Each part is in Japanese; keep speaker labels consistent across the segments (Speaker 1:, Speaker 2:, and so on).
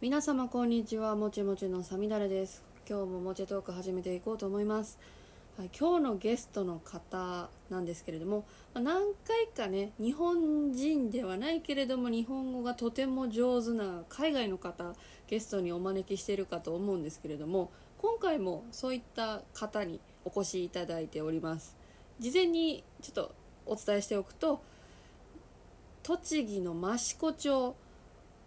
Speaker 1: 皆様こんにちはもちもちのさみだれです今日ももちトーク始めていこうと思います、はい、今日のゲストの方なんですけれどもまあ何回かね日本人ではないけれども日本語がとても上手な海外の方ゲストにお招きしているかと思うんですけれども今回もそういった方にお越しいただいております事前にちょっとお伝えしておくと栃木の益子町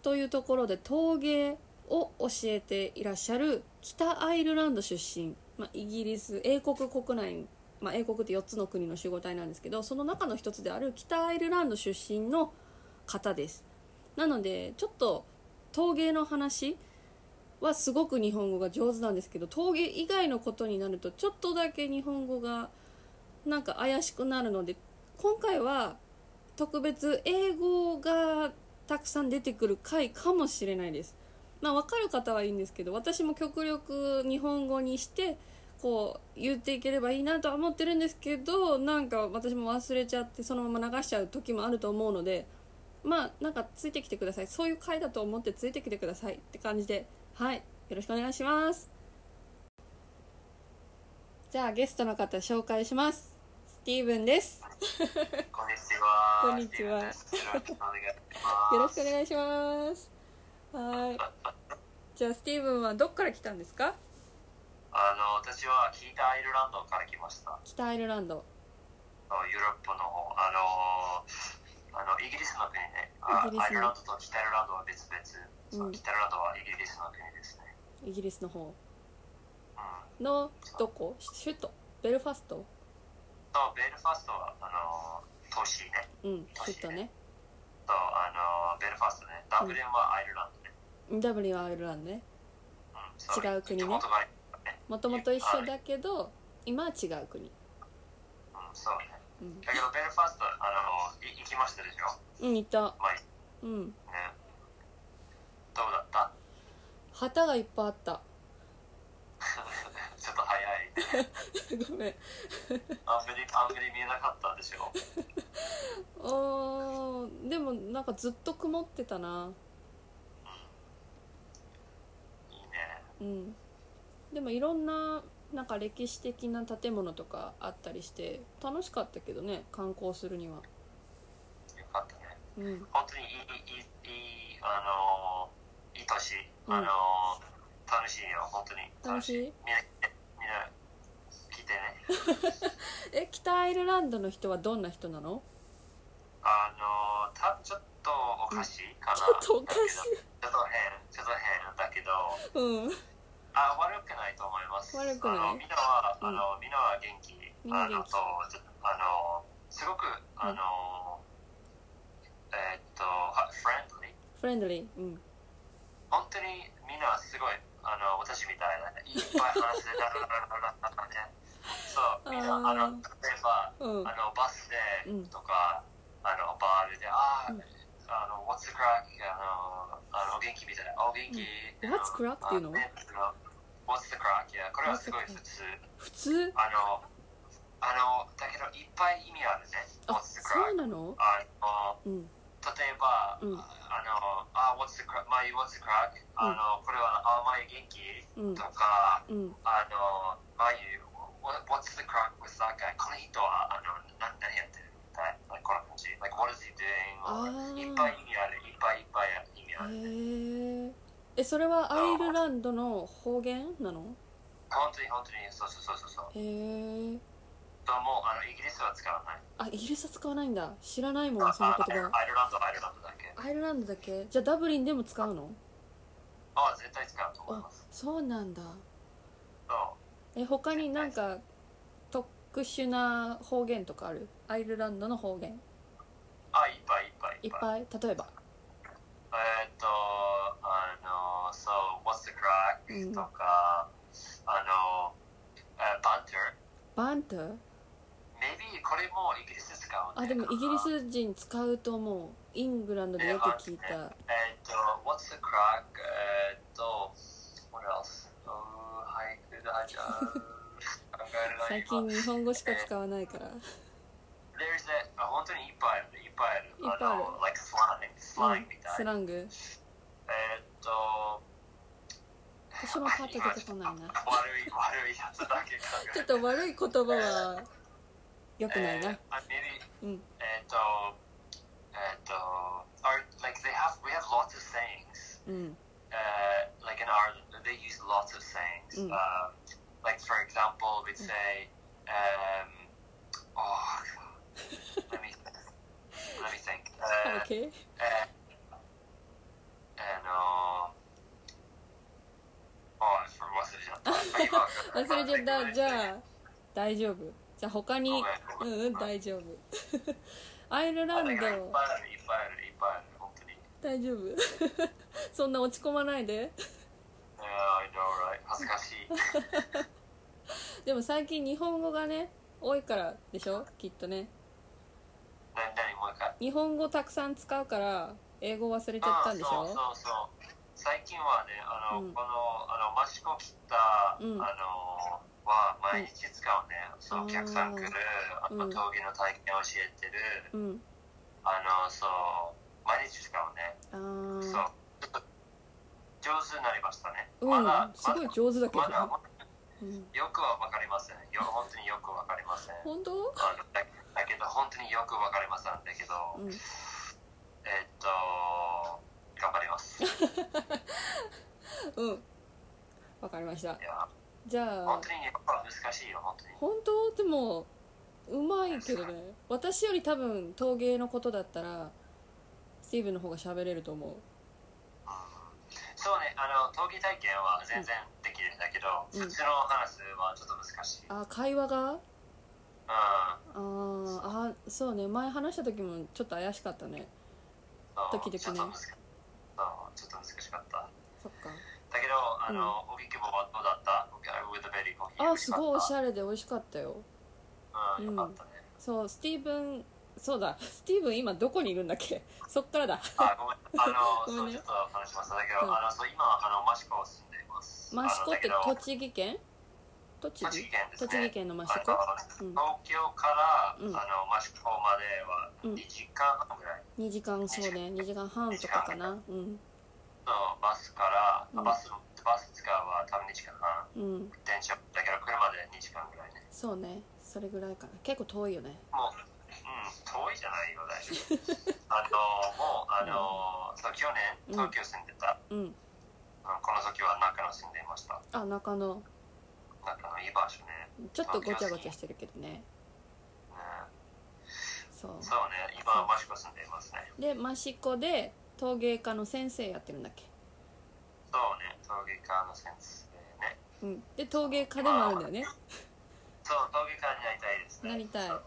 Speaker 1: というところで陶芸を教えていらっしゃる北アイルランド出身、まあ、イギリス英国国内、まあ、英国って4つの国の集合体なんですけどその中の一つである北アイルランド出身の方ですなのでちょっと陶芸の話はすごく日本語が上手なんですけど陶芸以外のことになるとちょっとだけ日本語がなんか怪しくなるので今回は特別英語がたくさん出てくる回かもしれないですまあ分かる方はいいんですけど私も極力日本語にしてこう言っていければいいなとは思ってるんですけどなんか私も忘れちゃってそのまま流しちゃう時もあると思うのでまあなんかついてきてくださいそういう回だと思ってついてきてくださいって感じではいよろしくお願いしますじゃあゲストの方紹介しますスティーブンです
Speaker 2: こんにちは。
Speaker 1: こんにちは
Speaker 2: よろしくお願いします。
Speaker 1: よろしくお願いします。はい。じゃあスティーブンはどっから来たんですか？
Speaker 2: あの私は北アイルランドから来ました。
Speaker 1: 北アイルランド。
Speaker 2: あのヨーロッパの方、あのあのイギリスの国ね。あ
Speaker 1: イギリスの
Speaker 2: アイルランドと北アイルランドは別々。そう
Speaker 1: うん
Speaker 2: 北アイルランドはイギリスの国ですね。
Speaker 1: イギリスの方
Speaker 2: うん。
Speaker 1: のどこ？シュット、ベルファスト。
Speaker 2: とベルファストはあの都市ね。
Speaker 1: うん、シュットね。
Speaker 2: とあのベルファストね。ダブリンはアイルランドね。
Speaker 1: ダブリンはアイルランドね。
Speaker 2: うん。そ
Speaker 1: 違う国ね
Speaker 2: 元々がね。
Speaker 1: もともと一緒だけど今は違う国。
Speaker 2: うん、そうね。
Speaker 1: うん
Speaker 2: だけどベルファストあのい行きましたでしょ。
Speaker 1: うん、いた。
Speaker 2: 前
Speaker 1: うん。
Speaker 2: ね。どうだった？
Speaker 1: 旗がいっぱいあった。
Speaker 2: ちょっと早い。
Speaker 1: ごめん。
Speaker 2: あんまり、あんまり見えなかったでしょ。
Speaker 1: おーでもなんかずっと曇ってたな。
Speaker 2: いいね。
Speaker 1: うん。でもいろんななんか歴史的な建物とかあったりして楽しかったけどね観光するには。
Speaker 2: よかったね。
Speaker 1: うん、
Speaker 2: 本当にいい、いい、いい、あのーいい年。
Speaker 1: うん
Speaker 2: あのー楽しいよ、本当に。
Speaker 1: 楽しい
Speaker 2: みんな、みんな、来てね。
Speaker 1: え北アイルランドの人はどんな人なの
Speaker 2: あのーた、ちょっとおかしいか な。
Speaker 1: ちょっとおかしい
Speaker 2: だけどちょっと変、ちょっと変だけど。
Speaker 1: うん
Speaker 2: あ、悪くないと思います。
Speaker 1: 悪くない
Speaker 2: あの、みんなは、
Speaker 1: うん
Speaker 2: あの、みんなは元気。
Speaker 1: みんな元気
Speaker 2: あの、そうちょっとあの、すごく、あの。えーっと、は、フレンドリー。
Speaker 1: フレンドリー、うん、
Speaker 2: 本当に、みんなすごい、あの、私みたいな、いっぱい話せたら、 ね。そう、みんな、
Speaker 1: あー
Speaker 2: あの、例えば、
Speaker 1: うん
Speaker 2: あの、バスで
Speaker 1: うん、
Speaker 2: とか、あの、バールで、あー。
Speaker 1: うん
Speaker 2: あの、what's the crack? あの、あの、元気みたいな、あ、お元気。
Speaker 1: うん What's crack っていうの
Speaker 2: あねその What's the crack? いや、これはすごい
Speaker 1: What's the
Speaker 2: 普通。
Speaker 1: 普通
Speaker 2: あの、あの、だけどいっぱい意味あるね。
Speaker 1: あ
Speaker 2: What's the
Speaker 1: そう
Speaker 2: crack?
Speaker 1: なの
Speaker 2: あの、
Speaker 1: うん
Speaker 2: 例えば、
Speaker 1: うん
Speaker 2: あの、あ、What's the crack? My, what's the crack? あの、これは、あ、マユ元気
Speaker 1: うん
Speaker 2: とか、
Speaker 1: うん
Speaker 2: あの、マユ、what- What's the crack with that guy? この人は、あの、な何やってるみたいな、この感じ。Like, what is he doing?
Speaker 1: あー
Speaker 2: いっぱい意味ある、いっぱいいっぱい意味ある。
Speaker 1: へええそれはアイルランドの方言なの
Speaker 2: 本当に本当に、そうそうそうそうそう。
Speaker 1: へえ
Speaker 2: ともうあのイギリスは使わない。
Speaker 1: あイギリスは使わないんだ知らないも
Speaker 2: あ
Speaker 1: んその
Speaker 2: あ
Speaker 1: 言葉
Speaker 2: アイルランドはアイルランドだけ。
Speaker 1: アイルランドだけじゃあダブリンでも使うの
Speaker 2: あ絶対使うと思い
Speaker 1: あ
Speaker 2: ます。
Speaker 1: そうなんだ
Speaker 2: そう
Speaker 1: え他になんか特殊な方言とかあるアイルランドの方言
Speaker 2: あいっぱいいっぱい
Speaker 1: い
Speaker 2: い
Speaker 1: っ
Speaker 2: っぱい。
Speaker 1: ぱい例えば
Speaker 2: えーっとあの so what's the crack
Speaker 1: うん
Speaker 2: とか、あの、えー、banter。
Speaker 1: バンター
Speaker 2: maybe これもイギリス使う、
Speaker 1: あ
Speaker 2: ね。
Speaker 1: でもイギリ
Speaker 2: えーっ
Speaker 1: ス人使うと思うイングランドでよく聞いた
Speaker 2: と uh, what's the crack えーっと what else Uh, うーはいくだじゃん考えるな
Speaker 1: 最
Speaker 2: 今
Speaker 1: 近日本語しか使わないから
Speaker 2: There's that あ本当にいっぱいあるいっぱいある
Speaker 1: いっぱいある
Speaker 2: あの like
Speaker 1: う
Speaker 2: slang slang
Speaker 1: ん
Speaker 2: みたい
Speaker 1: ス
Speaker 2: な、
Speaker 1: ラング
Speaker 2: えーっと
Speaker 1: 初もパッと出てこないな
Speaker 2: 悪い悪いやつだけ考え
Speaker 1: ちょっと悪い言葉は良くない
Speaker 2: え
Speaker 1: な
Speaker 2: ー、I maybe
Speaker 1: うん
Speaker 2: えっとえっと our uh, like they have we have lots of sayings
Speaker 1: うん
Speaker 2: uh, like in Ireland, they use lots of sayings.
Speaker 1: Mm.
Speaker 2: Um, like, for example, we'd say, um, oh, let me let me think. Uh,
Speaker 1: OK
Speaker 2: uh, and, uh, oh, I forgot what it
Speaker 1: 忘
Speaker 2: is.
Speaker 1: れちゃったじゃあ大丈夫じゃあ他に
Speaker 2: ご
Speaker 1: う
Speaker 2: めん
Speaker 1: んうん大 丈夫アイルラ
Speaker 2: oh, I
Speaker 1: ン
Speaker 2: think
Speaker 1: ド
Speaker 2: I- いっぱいあるいっぱいあるいっぱいある本当に
Speaker 1: 大丈夫 そんな落ち込まないで
Speaker 2: Yeah, I know, right? 恥ずかしい。
Speaker 1: でも最近日本語がね多いからでしょきっとね
Speaker 2: 何何もう一回。
Speaker 1: 日本語たくさん使うから英語忘れちゃったんでし
Speaker 2: あ
Speaker 1: ょ
Speaker 2: そうそうそう最近はねあの、
Speaker 1: うん
Speaker 2: このあのマシコ切った、
Speaker 1: うん
Speaker 2: あのは毎日使うね、そう
Speaker 1: あー
Speaker 2: お客さん来るあ
Speaker 1: う
Speaker 2: の
Speaker 1: ん
Speaker 2: 闘技の体験を教えてる、
Speaker 1: うん
Speaker 2: あのそう毎日使うね、
Speaker 1: あ
Speaker 2: そう
Speaker 1: ー
Speaker 2: ちょっと上手になりましたね、
Speaker 1: う
Speaker 2: ま
Speaker 1: ん
Speaker 2: だ
Speaker 1: すごい上手だけど
Speaker 2: まだ
Speaker 1: ね
Speaker 2: まだ
Speaker 1: うん
Speaker 2: よくは分かりませんよ本当によく分かりません
Speaker 1: 本当
Speaker 2: あのだだけど本当によく分かりませんだけど、
Speaker 1: うん
Speaker 2: えっと頑張 りますい
Speaker 1: うんわかりました
Speaker 2: や
Speaker 1: じゃあ
Speaker 2: 本当にやっぱ難しいよ本当に
Speaker 1: 本当でもうまいけどね私より多分陶芸のことだったらスティーブンの方が喋れると思う
Speaker 2: そうねあの闘技体験は全然できるんだけど、
Speaker 1: うん
Speaker 2: 普通の話はちょっと難しい、うん、
Speaker 1: あ会話が
Speaker 2: そ
Speaker 1: あーあそうね前話した時もちょっと怪しかったね
Speaker 2: う
Speaker 1: 時々ね
Speaker 2: ちょっと難しいそうちょっと難しかった
Speaker 1: そっか
Speaker 2: だけどあの、荻窪はどうだった荻窪 with the berry コーヒー
Speaker 1: あすごいおし
Speaker 2: ゃ
Speaker 1: ゃれで美味しかったよ
Speaker 2: うん、よかったね、
Speaker 1: そうスティーブンそうだスティーブン今どこにいるんだっけそっからだ
Speaker 2: あごめんあの、
Speaker 1: ご
Speaker 2: そう
Speaker 1: めん
Speaker 2: ち
Speaker 1: ね
Speaker 2: ょっと話しましただけど、
Speaker 1: うん
Speaker 2: あのそう今あのマシコ住んでいます
Speaker 1: 益子って
Speaker 2: あのだけど
Speaker 1: 栃木県栃
Speaker 2: 栃
Speaker 1: 木
Speaker 2: 木県です
Speaker 1: 栃
Speaker 2: ね
Speaker 1: 木県の益
Speaker 2: あ
Speaker 1: 子
Speaker 2: の
Speaker 1: うん
Speaker 2: 東京から、
Speaker 1: うん
Speaker 2: あのマシコまでは
Speaker 1: うん
Speaker 2: 2時間半ぐらい、
Speaker 1: 2時間そうね2時間半とかかなうん
Speaker 2: そうバスから、
Speaker 1: うん
Speaker 2: バスバス使うは多分2時間半
Speaker 1: うん
Speaker 2: 電車だけど車で2時間ぐらいね
Speaker 1: そうねそれぐらいかな結構遠いよね
Speaker 2: もう、うん、遠いじゃないよ大丈夫 あのもうあの、そう去年東京住んでた、
Speaker 1: うん
Speaker 2: うんこの時は中野住んでいました
Speaker 1: あ中野
Speaker 2: 中野いい場所ね、
Speaker 1: ちょっとごちゃごちゃしてるけどね
Speaker 2: うん
Speaker 1: そ
Speaker 2: そうね今はマシコ住んでいますね
Speaker 1: うで益子で陶芸家の先生やってるんだっけ
Speaker 2: そうね陶芸家の先生ね
Speaker 1: うんで陶芸家でもあるんだよね
Speaker 2: そう陶芸家になりたいですね
Speaker 1: なりたい
Speaker 2: そう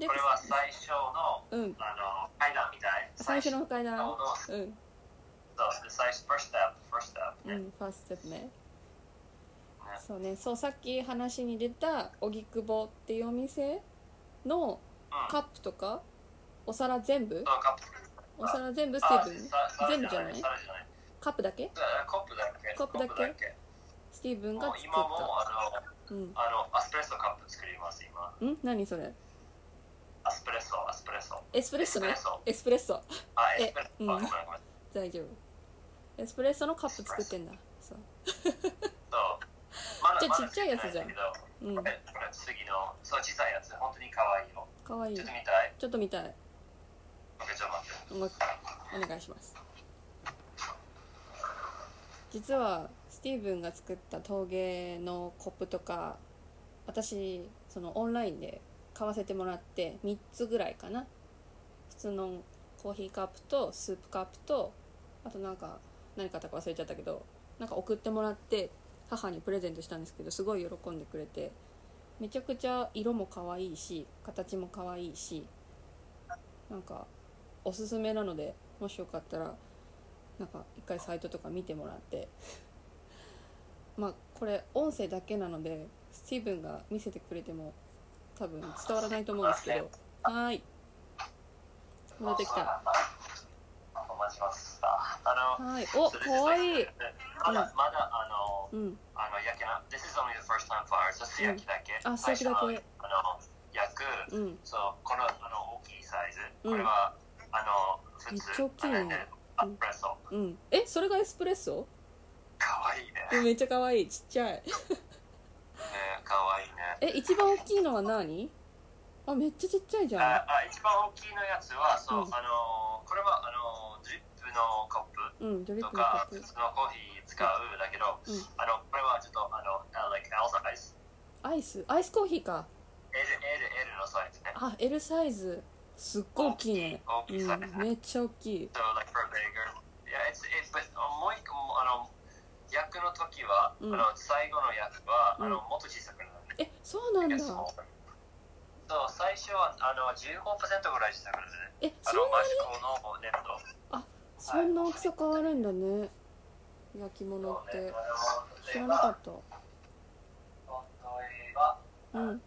Speaker 1: で
Speaker 2: これは最初の
Speaker 1: うん
Speaker 2: あの階段みたい
Speaker 1: 最初の階段
Speaker 2: の
Speaker 1: うん
Speaker 2: そうです最初 first step first step
Speaker 1: う
Speaker 2: ね、
Speaker 1: んファーストステップねそうねそうさっき話に出た荻窪っていうお店の
Speaker 2: うん
Speaker 1: カップとかお皿全部
Speaker 2: そうカップ
Speaker 1: お皿全部スティ
Speaker 2: あ
Speaker 1: ーブン
Speaker 2: ささ
Speaker 1: 全部じゃない
Speaker 2: さらじゃない
Speaker 1: カップだけ
Speaker 2: さコップだけ
Speaker 1: コップだけスティーブンが
Speaker 2: もう
Speaker 1: 作っ
Speaker 2: 今もあ
Speaker 1: たうん
Speaker 2: のあのアスプレッソカップ作ります今
Speaker 1: ん何それ
Speaker 2: アスプレッソアスプレッソ
Speaker 1: エスプレッソねエスプレッソ
Speaker 2: あ
Speaker 1: え
Speaker 2: エスプレッソ
Speaker 1: うん
Speaker 2: あごめんごめん
Speaker 1: 大丈夫エスプレッソのカップ作ってんだそうじゃあ
Speaker 2: そうまだまだ
Speaker 1: ちっちゃいやつじゃん
Speaker 2: 作ってな
Speaker 1: うん
Speaker 2: いんだけどこれこれ次のそう小さいやつ本当に可愛いよ
Speaker 1: かわいい
Speaker 2: ちょっと見たい
Speaker 1: ちょっと見たい
Speaker 2: オッケーちょっと待って
Speaker 1: おまお願いします実はスティーブンが作った陶芸のコップとか私そのオンラインで買わせてもらって3つぐらいかな普通のコーヒーカップとスープカップとあとなんか何買ったか忘れちゃったけどなんか送ってもらって母にプレゼントしたんですけどすごい喜んでくれてめちゃくちゃ色も可愛いし形も可愛いしなんかおすすめなのでもしよかったらなんか一回サイトとか見てもらって まあこれ音声だけなのでスティーブンが見せてくれても多分伝わらないと思うんですけどはーい戻ってきた
Speaker 2: お待ちしましたあの
Speaker 1: はいお
Speaker 2: それで
Speaker 1: かわいい
Speaker 2: まだまだあの
Speaker 1: うん
Speaker 2: あの焼けな、This is only the first time for ours. 素焼きだけ。
Speaker 1: あ素焼きだけ
Speaker 2: 最初のあの焼く、
Speaker 1: うん
Speaker 2: そうこのあの大きいサイズ。
Speaker 1: うん
Speaker 2: これは、あの普
Speaker 1: めっちゃ
Speaker 2: 通
Speaker 1: 大きいね
Speaker 2: あのアスプレッソ。
Speaker 1: うんえそれがエスプレッソ
Speaker 2: 可愛いいね。
Speaker 1: でもめっちゃ可愛いちっちゃい
Speaker 2: ね、かわいいね。
Speaker 1: え一番大きいのは何あめっちゃちっちゃいじゃ
Speaker 2: ああ一番大きいのやつは、そう、
Speaker 1: うん
Speaker 2: あのーこれはあのードリップのコッ
Speaker 1: んうんドリ
Speaker 2: プ
Speaker 1: ッ
Speaker 2: と
Speaker 1: プの
Speaker 2: か、
Speaker 1: コ
Speaker 2: 普
Speaker 1: ップ
Speaker 2: 通のコーヒー使うだけど、
Speaker 1: うん
Speaker 2: あのこれはちょっとあの、あ like L サイズ、
Speaker 1: アイスアイスコーヒーか
Speaker 2: L L L のサイズね。
Speaker 1: あ L サイズすっごい大きいね
Speaker 2: 大きいサイズ
Speaker 1: うん、
Speaker 2: ね。
Speaker 1: めっちゃ大きい
Speaker 2: So like for bigger, yeah, it's it's but もう一個もあの役の時は、
Speaker 1: うん
Speaker 2: あの最後の役は、
Speaker 1: うん
Speaker 2: あのもっと小さくなる
Speaker 1: え
Speaker 2: ね。
Speaker 1: そうなんだ
Speaker 2: It's smaller そう最初はあの15%ぐらい小さくなるね。
Speaker 1: え
Speaker 2: あ
Speaker 1: そん
Speaker 2: の
Speaker 1: な
Speaker 2: マジコの粘土。
Speaker 1: そんな大きさ変わるんだね焼き物っ
Speaker 2: そうね
Speaker 1: て知らなかった
Speaker 2: 本当
Speaker 1: うん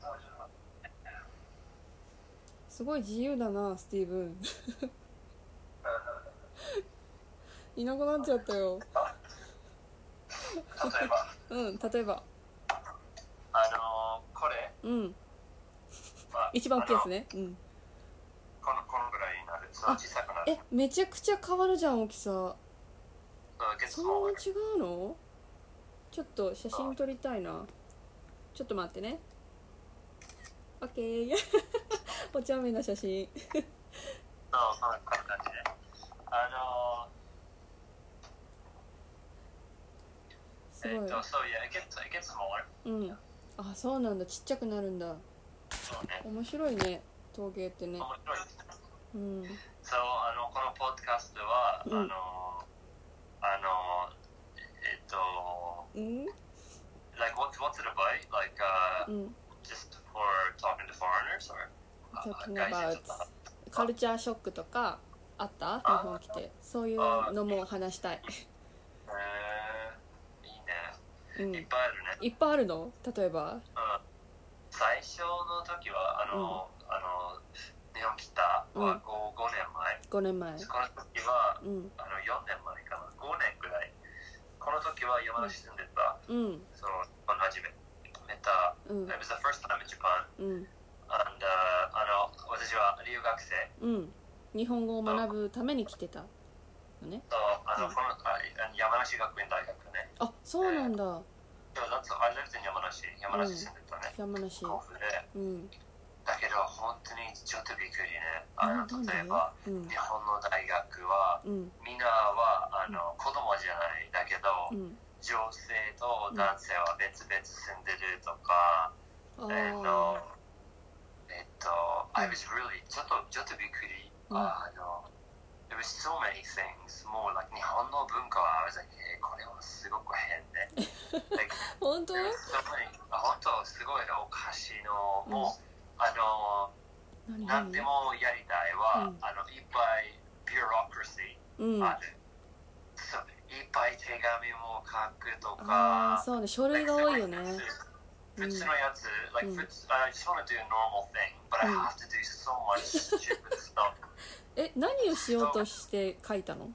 Speaker 1: すごい自由だなスティーブンいなくなっちゃったよ
Speaker 2: 例えば、
Speaker 1: うん例えば
Speaker 2: あのこれ、
Speaker 1: うん
Speaker 2: まあ、
Speaker 1: 一番大きいやつ
Speaker 2: ね。
Speaker 1: ねうん
Speaker 2: このこのぐらいになる。そう
Speaker 1: あ
Speaker 2: 小さくなる。
Speaker 1: えめちゃくちゃ変わるじゃん大きさ
Speaker 2: そう結
Speaker 1: そんな
Speaker 2: 構
Speaker 1: 違うのちょっと写真撮りたいなちょっと待ってね OK お茶目な写真
Speaker 2: そうそうこんな感じで。あの
Speaker 1: す
Speaker 2: え
Speaker 1: ご
Speaker 2: っ
Speaker 1: い
Speaker 2: と、そういや、it gets it gets
Speaker 1: う
Speaker 2: smaller。
Speaker 1: んあそうなんだちっちゃくなるんだ
Speaker 2: そうね。
Speaker 1: 面白いね陶芸ってね
Speaker 2: 面白いですね。
Speaker 1: うん
Speaker 2: そうあのこのポッドキャストは、
Speaker 1: うん
Speaker 2: あのあのえっと
Speaker 1: うん
Speaker 2: like what's what's it about like uh
Speaker 1: うん
Speaker 2: just for talking to foreigners or uh,
Speaker 1: talking
Speaker 2: guys
Speaker 1: about カルチャーショックとかあった日本来てそういうのも話したい、
Speaker 2: えー、いいね
Speaker 1: うん、
Speaker 2: いっぱいあるね、
Speaker 1: いっぱいあるの例えば
Speaker 2: うん、最初の時はあの、あの日本来たは 5,、五
Speaker 1: 5
Speaker 2: 年前
Speaker 1: 年前
Speaker 2: この時は
Speaker 1: うん
Speaker 2: あの4年前かな5年ぐらいこの時は山梨住んでた、
Speaker 1: うん
Speaker 2: その日本初めめた
Speaker 1: うん
Speaker 2: It was the first time in Japan
Speaker 1: うん
Speaker 2: and、uh, あの私は留学生
Speaker 1: うん日本語を学ぶために来てたのね
Speaker 2: とあの、
Speaker 1: うん
Speaker 2: このああの山梨学院大学ね
Speaker 1: あそうなんだ
Speaker 2: So that's I lived in 山梨、山梨住んでたね、
Speaker 1: 山梨
Speaker 2: 甲府で。
Speaker 1: うん
Speaker 2: だけど本当にちょっとびっくりね。
Speaker 1: なな
Speaker 2: あの
Speaker 1: んで
Speaker 2: 例えば
Speaker 1: うん
Speaker 2: 日本の大学は
Speaker 1: うん
Speaker 2: みんなはあの子供じゃないだけど、
Speaker 1: うん
Speaker 2: 女性と男性は別々住んでるとか、
Speaker 1: あ
Speaker 2: えっと
Speaker 1: あ
Speaker 2: えっと、I was really ちょっとちょっとびっくり。
Speaker 1: うん
Speaker 2: あの There was so many things. もう like 日本の文化は I was like、えーこれはすごく変で。like,
Speaker 1: 本当
Speaker 2: 本当すごいお菓子の
Speaker 1: うん
Speaker 2: もう、あの
Speaker 1: 何
Speaker 2: 何
Speaker 1: 何
Speaker 2: でもやりたいは、
Speaker 1: うん
Speaker 2: あのいっぱいビューロクラシ
Speaker 1: うん
Speaker 2: ーあ
Speaker 1: あ
Speaker 2: る、そういっぱい手紙も書くと
Speaker 1: あー
Speaker 2: か
Speaker 1: そうね書類が多いよねう
Speaker 2: 普
Speaker 1: ん
Speaker 2: 通のやつ、like
Speaker 1: うん
Speaker 2: 普通 I just want to do normal thing but I
Speaker 1: うん
Speaker 2: have to do so much stupid stuff
Speaker 1: え何をしようとして書いたの
Speaker 2: うん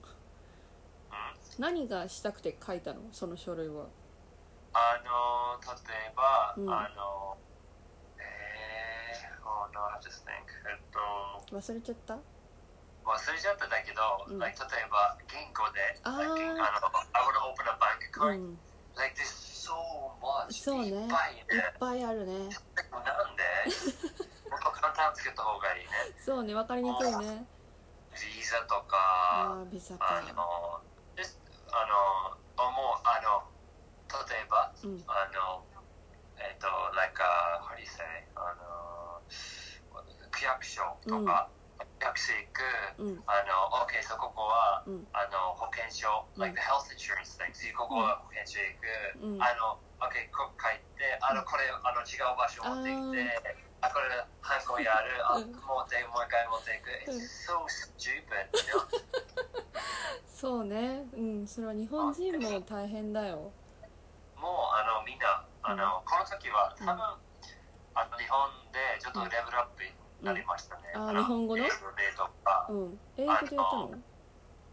Speaker 1: 何がしたくて書いたのその書類は
Speaker 2: あの例えば、
Speaker 1: うん
Speaker 2: あのえー、oh no I have to think えっと
Speaker 1: 忘れちゃった
Speaker 2: 忘れちゃったんだけど、
Speaker 1: うん
Speaker 2: like, 例えば銀行で、
Speaker 1: あー
Speaker 2: like, 銀あの I want to open a bank
Speaker 1: う
Speaker 2: account、
Speaker 1: ん
Speaker 2: like there's so much
Speaker 1: そうねい
Speaker 2: い
Speaker 1: っ
Speaker 2: っぱいね
Speaker 1: ぱいあるね
Speaker 2: でもなんで もっと簡単に作った方がいいね
Speaker 1: そうねわかりにくいね
Speaker 2: ビザと
Speaker 1: あ
Speaker 2: か
Speaker 1: あビザ
Speaker 2: あ
Speaker 1: か
Speaker 2: の just あのもうあの例えば
Speaker 1: うん
Speaker 2: あのえっ、と like a, how do you say あの区役所とか、区役所行く
Speaker 1: うん
Speaker 2: あの、OK、そうここは、
Speaker 1: うん
Speaker 2: あの保険証、
Speaker 1: うん
Speaker 2: like the health insurance thing、次ここは保険証行く、
Speaker 1: うん
Speaker 2: あの、OK、ここ帰って、あの、これ、あの、違う場所持って行って、あこれ、ハンコやる、あ、
Speaker 1: うん
Speaker 2: もうで、もう一回持ってい く。
Speaker 1: うん
Speaker 2: It's so stupid, you know?
Speaker 1: そうねうんそれは日本人も大変だよ
Speaker 2: もう、あの、みんな、あの、この時は、多分、
Speaker 1: うん
Speaker 2: あの、日本でちょっとレベルアップになりましたね。
Speaker 1: うんあ日
Speaker 2: の
Speaker 1: 本語の
Speaker 2: 英でとか、
Speaker 1: うん英語でやったの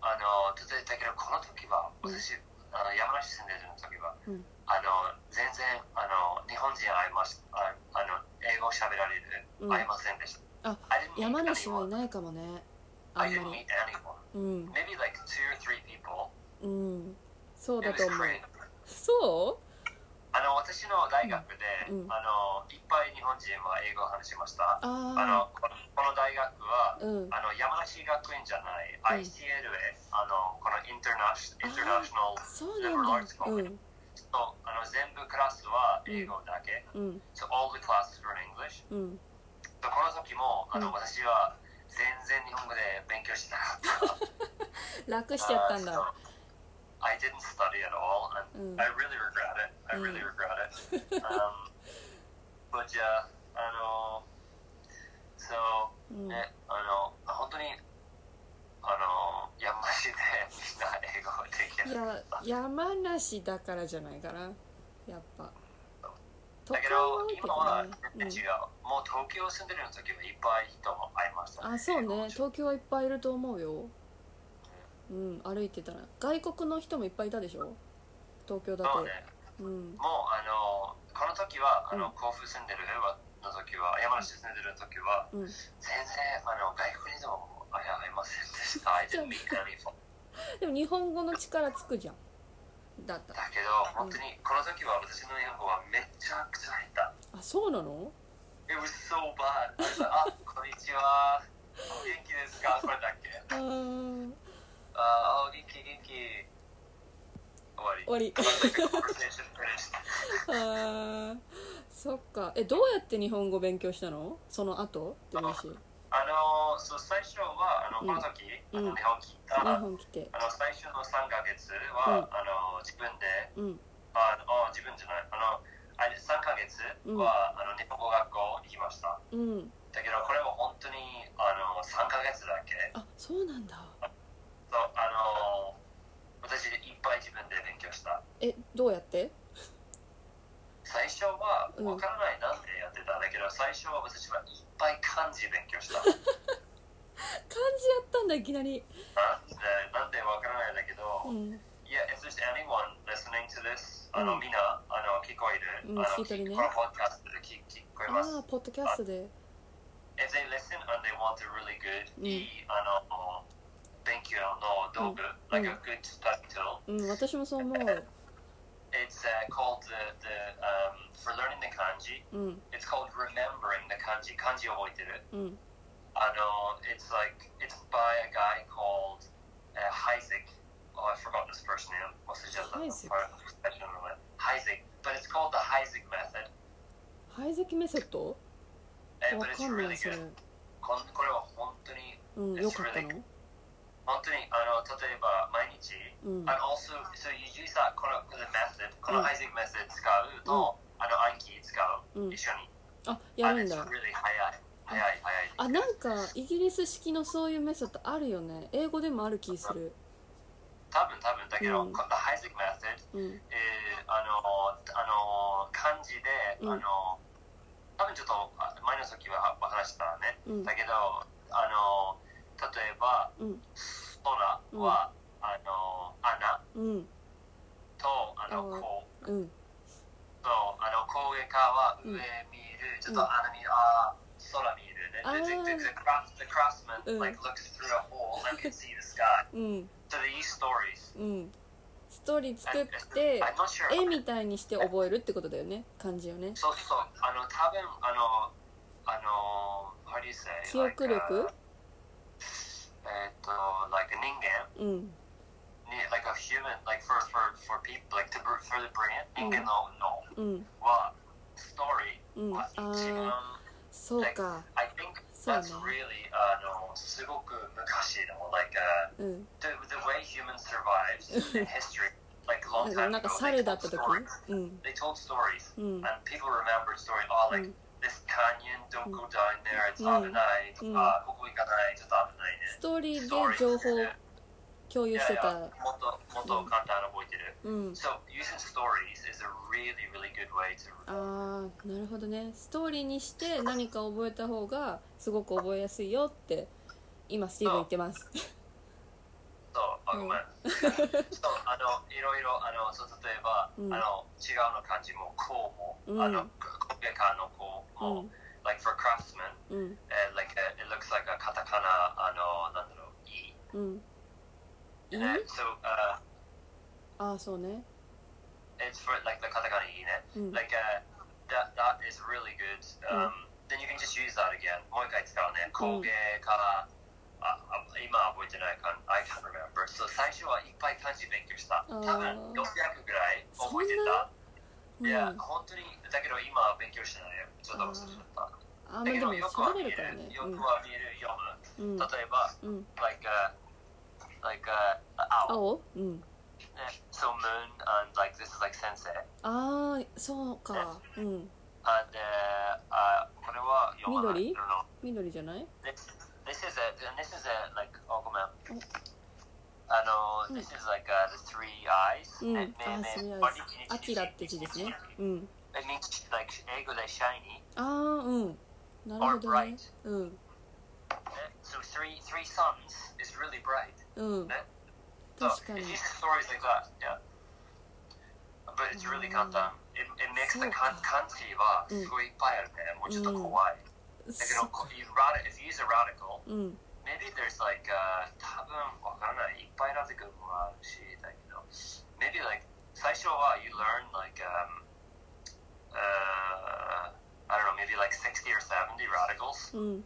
Speaker 2: あの例えばだけどこの時は
Speaker 1: うん
Speaker 2: 私、あの山梨住んでる時は、
Speaker 1: うん
Speaker 2: あの全然あの日本人会いましああの英語喋られる、
Speaker 1: うん
Speaker 2: 会いませんでした
Speaker 1: あ
Speaker 2: I didn't meet
Speaker 1: 山梨はい
Speaker 2: anyone.
Speaker 1: ないかもねあ
Speaker 2: I
Speaker 1: ん
Speaker 2: didn't
Speaker 1: まり
Speaker 2: meet anyone
Speaker 1: うん
Speaker 2: maybe like two or three people
Speaker 1: うんそう
Speaker 2: it
Speaker 1: だ
Speaker 2: was
Speaker 1: と思う
Speaker 2: crazy
Speaker 1: そ
Speaker 2: あの私の大学で、
Speaker 1: うんうん
Speaker 2: あのいっぱい日本人は英語を話しました
Speaker 1: う。あ
Speaker 2: あ
Speaker 1: あ
Speaker 2: のこのこの大学は
Speaker 1: うん
Speaker 2: あの山梨学院じゃな
Speaker 1: う
Speaker 2: い、
Speaker 1: ん
Speaker 2: ICL へあのこのインターナシ
Speaker 1: あー
Speaker 2: ョインターナショナル
Speaker 1: そうなんだうん
Speaker 2: とあの全部クラスは英語だけ、
Speaker 1: うん
Speaker 2: so all the classes were in English
Speaker 1: うん
Speaker 2: とこの時もあの、
Speaker 1: うん
Speaker 2: 私は全然日本語で勉強してなかった
Speaker 1: 楽 しちゃったん
Speaker 2: Uh,
Speaker 1: だ
Speaker 2: so I didn't study at all
Speaker 1: う
Speaker 2: and
Speaker 1: ん
Speaker 2: I really regret it I really regret it um, but yeah あの so
Speaker 1: うん
Speaker 2: ね、あの、あ本当に、あの、山梨でみんな英語ができ
Speaker 1: い
Speaker 2: る。
Speaker 1: や山梨だからじゃないかなやっぱ都
Speaker 2: だけど、今は
Speaker 1: うん
Speaker 2: 全然違う。もう東京住んでる時はいっぱい人も会いました、
Speaker 1: あそうね
Speaker 2: 英語
Speaker 1: 東京はいっぱいいると思うようん歩いてたら外国の人もいっぱいいたでしょ東京だ
Speaker 2: そ
Speaker 1: と
Speaker 2: うね。
Speaker 1: うん
Speaker 2: もう、あの、この時は、あ
Speaker 1: う
Speaker 2: の、
Speaker 1: ん
Speaker 2: 甲府住んでるの時は、山梨住んでる時は、
Speaker 1: うん
Speaker 2: 全然、あの、外国人も会えませんでした。I didn't meet any folk.
Speaker 1: でも日本語の力つくじゃんだったら
Speaker 2: だけど、本当に、この時は私の日本語はめちゃくちゃ下手。
Speaker 1: あそうなの
Speaker 2: It was so bad. I was like, あ、こんにちは。お元気ですかこれだっけ
Speaker 1: あー
Speaker 2: あ、お元気元気。終わり。
Speaker 1: 終わり
Speaker 2: Conversation finished.
Speaker 1: あーそっかえどうやって日本語勉強したのその後って話日
Speaker 2: あの、そう最初は、あの、
Speaker 1: うん
Speaker 2: この時、あ
Speaker 1: うん
Speaker 2: の日本来た、あの、
Speaker 1: 本来て
Speaker 2: 最初の3ヶ月
Speaker 1: うん
Speaker 2: は、あの、自分で、
Speaker 1: うん
Speaker 2: あの、自分じゃない、あの、あれ3ヶ月は、あの、日本語学校行きました。
Speaker 1: うん
Speaker 2: だけど、これも本当に、あの、3ヶ月だけ。
Speaker 1: あそうなんだ
Speaker 2: そう、あの、私いっぱい自分で勉強した。
Speaker 1: えどうやって
Speaker 2: 最初は
Speaker 1: うん
Speaker 2: わからないなんでやってたんだけど、最初は私はいっぱい漢字勉 強した。
Speaker 1: 漢字やったんだいきなり
Speaker 2: なんでなんでわからないんだけ
Speaker 1: う
Speaker 2: ど、
Speaker 1: ん
Speaker 2: Yeah, if there's anyone listening to this, あの、
Speaker 1: うん
Speaker 2: みんなあの聞こえる、
Speaker 1: うん
Speaker 2: あの
Speaker 1: 聞いてるね
Speaker 2: このポッドキャストで聞聞こえま
Speaker 1: ああ
Speaker 2: す。
Speaker 1: ポッドキャストで
Speaker 2: If they listen and they want a really good、
Speaker 1: うん
Speaker 2: いいあの勉強の道具、like a good study tool,
Speaker 1: うん私もそう思う
Speaker 2: it's、called the, the、um, for learning the kanji.
Speaker 1: うん、
Speaker 2: It's called remembering the kanji. 漢字覚えてる。
Speaker 1: うん、
Speaker 2: I know it's like it's by a guy called uh, Heisig. Oh, I forgot this first name. What's his other
Speaker 1: Heisig.
Speaker 2: part of the profession of it? Heisig, but it's called the Heisig method.
Speaker 1: 排斥メソッド
Speaker 2: Uh,
Speaker 1: わ
Speaker 2: but it's
Speaker 1: かんな
Speaker 2: really
Speaker 1: いそれ
Speaker 2: good. こんこれは本当に
Speaker 1: うんよかったの
Speaker 2: 本当にあの例えば毎日、
Speaker 1: うん
Speaker 2: and also so you use that このこの method こ
Speaker 1: うん
Speaker 2: の Heisig method 使うと、あの暗記使う、
Speaker 1: うん
Speaker 2: 一緒に。
Speaker 1: あや
Speaker 2: And
Speaker 1: るん
Speaker 2: it's
Speaker 1: だ
Speaker 2: really 早い早い早い。
Speaker 1: あなんかイギリス式のそういうメソッドあるよね英語でもある気する
Speaker 2: 多分多分だけど、
Speaker 1: うん
Speaker 2: この Heisig method
Speaker 1: うん
Speaker 2: えーあのあの漢字で、
Speaker 1: うん
Speaker 2: あの多分ちょっとあ前の時はお話したね、
Speaker 1: うん
Speaker 2: だけどあの例えば
Speaker 1: うん
Speaker 2: 空は、あの穴
Speaker 1: うん
Speaker 2: とあの
Speaker 1: うん
Speaker 2: こう
Speaker 1: うん
Speaker 2: とあのこう上からは
Speaker 1: うん
Speaker 2: 上見る、ちょっと穴見るあー空見るね
Speaker 1: あー
Speaker 2: the, the, the, craft- the craftsman
Speaker 1: うん
Speaker 2: like looks through a hole and can see the sky
Speaker 1: うん
Speaker 2: so these stories
Speaker 1: うんストーリー
Speaker 2: And
Speaker 1: 作って
Speaker 2: I'm not sure
Speaker 1: 絵みたいにして覚えるってことだよね漢字をね
Speaker 2: そうそう、あの、多分あの、あの、how do you say?
Speaker 1: 記憶力
Speaker 2: Like, uh, えっと、like a 人
Speaker 1: う
Speaker 2: 間、
Speaker 1: ん
Speaker 2: に like a human, like for, for, for people, like to, for the brain,
Speaker 1: うん
Speaker 2: 人間の脳
Speaker 1: うん
Speaker 2: は、story
Speaker 1: うん
Speaker 2: は
Speaker 1: あ
Speaker 2: 一番、
Speaker 1: ーそうか
Speaker 2: I think
Speaker 1: そうね
Speaker 2: that's really, あの、すごく昔の、like, uh,
Speaker 1: うん
Speaker 2: the, the way humans survived in history, like
Speaker 1: あ
Speaker 2: long
Speaker 1: の
Speaker 2: time
Speaker 1: なん
Speaker 2: ago,
Speaker 1: か
Speaker 2: they
Speaker 1: 猿だっ
Speaker 2: told
Speaker 1: た時
Speaker 2: stories.
Speaker 1: うん
Speaker 2: They told stories.
Speaker 1: うん
Speaker 2: and people remember stories, oh, like,
Speaker 1: Mm.
Speaker 2: this canyon, don't go down there, it's
Speaker 1: Mm.
Speaker 2: mm. 危ないとか、ここ行かないと危ないね
Speaker 1: ス。トーリーで情報共
Speaker 2: い
Speaker 1: 有
Speaker 2: や
Speaker 1: し
Speaker 2: い
Speaker 1: て
Speaker 2: や
Speaker 1: た、
Speaker 2: もっと、もっと簡単に覚えてる。
Speaker 1: うん
Speaker 2: So, using stories is a really, really good way to
Speaker 1: ああなるほどねストーリーにして何か覚えた方がすごく覚えやすいよって今スティーブン言ってます
Speaker 2: そう、あ、ごめん。そう、あの、いろいろ、あの、そう、例えば、
Speaker 1: うん
Speaker 2: あの、違うの漢字も、こうも、
Speaker 1: うん
Speaker 2: あの、コペカのこ
Speaker 1: う
Speaker 2: うも、
Speaker 1: ん
Speaker 2: like for craftsmen,、
Speaker 1: うん
Speaker 2: え like, a, it looks like a カタカナ、あの、なんだろう、い
Speaker 1: うんいい Mm-hmm.
Speaker 2: And so, Eh, uh,
Speaker 1: ああそうね
Speaker 2: uh, it's for like the katakana ine.
Speaker 1: うん
Speaker 2: Like uh, that that is really good. Um, then you can just use that again. もう一回使うね。工芸から、あ、あ、今は覚えてないか。I can't remember. So 最初はいっぱい漢字勉強した。
Speaker 1: あー。
Speaker 2: 多分600ぐらい覚えてた。
Speaker 1: うん、
Speaker 2: いや、
Speaker 1: あ
Speaker 2: 本当に、だけど今は勉強してないよ。ちょっと忘れちゃった。
Speaker 1: まあ
Speaker 2: だ
Speaker 1: で
Speaker 2: け
Speaker 1: も
Speaker 2: どよくは
Speaker 1: 喋れ
Speaker 2: 見る
Speaker 1: るからね、
Speaker 2: よくは見る、読
Speaker 1: うんうん
Speaker 2: む。例えば、
Speaker 1: うん
Speaker 2: like, uh, like, uh, 青。
Speaker 1: 青うん、
Speaker 2: ね So moon and like, this is like 先生。
Speaker 1: ああそうか、うん、
Speaker 2: あで、あ、これは読まない。
Speaker 1: 緑
Speaker 2: I don't know.
Speaker 1: 緑じゃない
Speaker 2: This, this is a, this is a, like, あ、ごめん
Speaker 1: うん。
Speaker 2: あ
Speaker 1: Oh. う
Speaker 2: の、
Speaker 1: ん Mm. Ah,
Speaker 2: this is like, uh, the three eyes.
Speaker 1: うん、
Speaker 2: ね
Speaker 1: ああー、すみ
Speaker 2: ね
Speaker 1: ま
Speaker 2: ね
Speaker 1: せん。アキラって字ですね。うん。
Speaker 2: It means, like, 英語で shiny.
Speaker 1: ああ、うん。なるほどね。うん。
Speaker 2: So three three suns is really bright.
Speaker 1: うん。
Speaker 2: So
Speaker 1: 確か
Speaker 2: it
Speaker 1: に。
Speaker 2: uses stories like that, yeah. But it's really
Speaker 1: あー。
Speaker 2: 簡単。It, it makes the
Speaker 1: そうか。
Speaker 2: kan- kanji は
Speaker 1: Mm.
Speaker 2: すごいいっぱいあるね。もうちょっと怖い。だけど、こう you radi- if you use a radical,
Speaker 1: うん。
Speaker 2: maybe there's like, uh, 多分わからない。いっぱいラテクもあるし、だけど、maybe like, 最初は you learn like, um, uh, I don't know, maybe like 60 or 70 radicals.
Speaker 1: うん。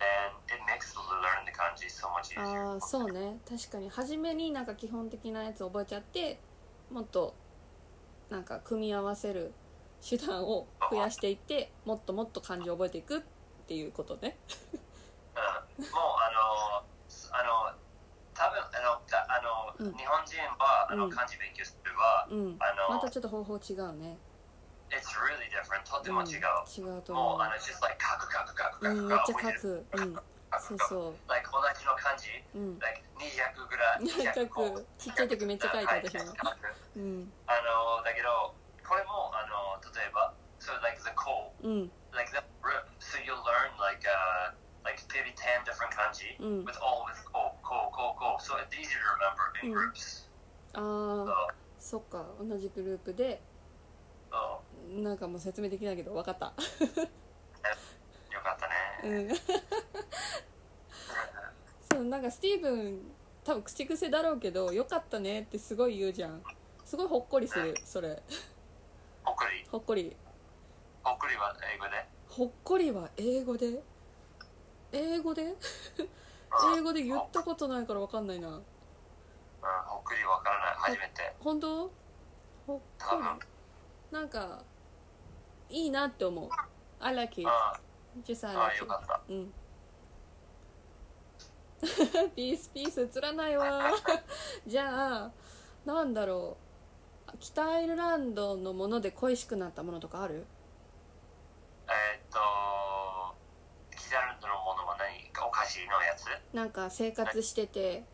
Speaker 2: and it makes learning the kanji so much easier.
Speaker 1: ああ、そうね。確かに。初めになんか基本的なやつ覚えちゃって、もっと、なんか組み合わせる手段を増やしていって、もっともっと漢字を覚えていくっていうことね。
Speaker 2: うん、Uh, もうあのあの多分あのだあの、
Speaker 1: うん
Speaker 2: 日本人はあ
Speaker 1: う
Speaker 2: の
Speaker 1: ん
Speaker 2: 漢字勉強するは、
Speaker 1: うん。
Speaker 2: あの、
Speaker 1: またちょっと方法違うね。
Speaker 2: it's really different とて
Speaker 1: うん
Speaker 2: も違う。
Speaker 1: 違うと
Speaker 2: も
Speaker 1: 思
Speaker 2: うあの just like 書く書く書く
Speaker 1: う。うん、めっ
Speaker 2: 書くが
Speaker 1: ち
Speaker 2: 覚
Speaker 1: ゃ
Speaker 2: えて
Speaker 1: 書く。
Speaker 2: る。
Speaker 1: うん。そう
Speaker 2: う。
Speaker 1: そ
Speaker 2: like 同じの漢字
Speaker 1: う。 うん。
Speaker 2: like 200ぐらい
Speaker 1: 書くちっちゃい時めっちゃ書いた私もうん。
Speaker 2: あのだけどこれもあの例えば so like the call
Speaker 1: うん。
Speaker 2: like the root. So you learn like uh like maybe ten different kanji
Speaker 1: Mm.
Speaker 2: with all with ko ko ko ko. So it's easy to remember in
Speaker 1: Mm.
Speaker 2: groups.
Speaker 1: ああそ
Speaker 2: So
Speaker 1: っか同じグループで
Speaker 2: so
Speaker 1: なんかもう説明できないけど分かったう
Speaker 2: よかったね。
Speaker 1: ん そうなんかスティーブン多分口癖だろうけど「よかったね」ってすごい言うじゃんすごいほっこりするそれほっこりほっこりは英語で英語で英語で言ったことないから分かんないな
Speaker 2: 送りは英語で。うん、送りわからない。初めて。多分。
Speaker 1: 本当ほっこりなんかいいなって思う I like it
Speaker 2: うん。あ、よかった。
Speaker 1: just I like it うん ピースピース映らないわじゃあなんだろう北アイルランドのもので恋しくなったものとかある
Speaker 2: えーっと、キザルンドのものは何お菓子のやつ
Speaker 1: なんか生活してて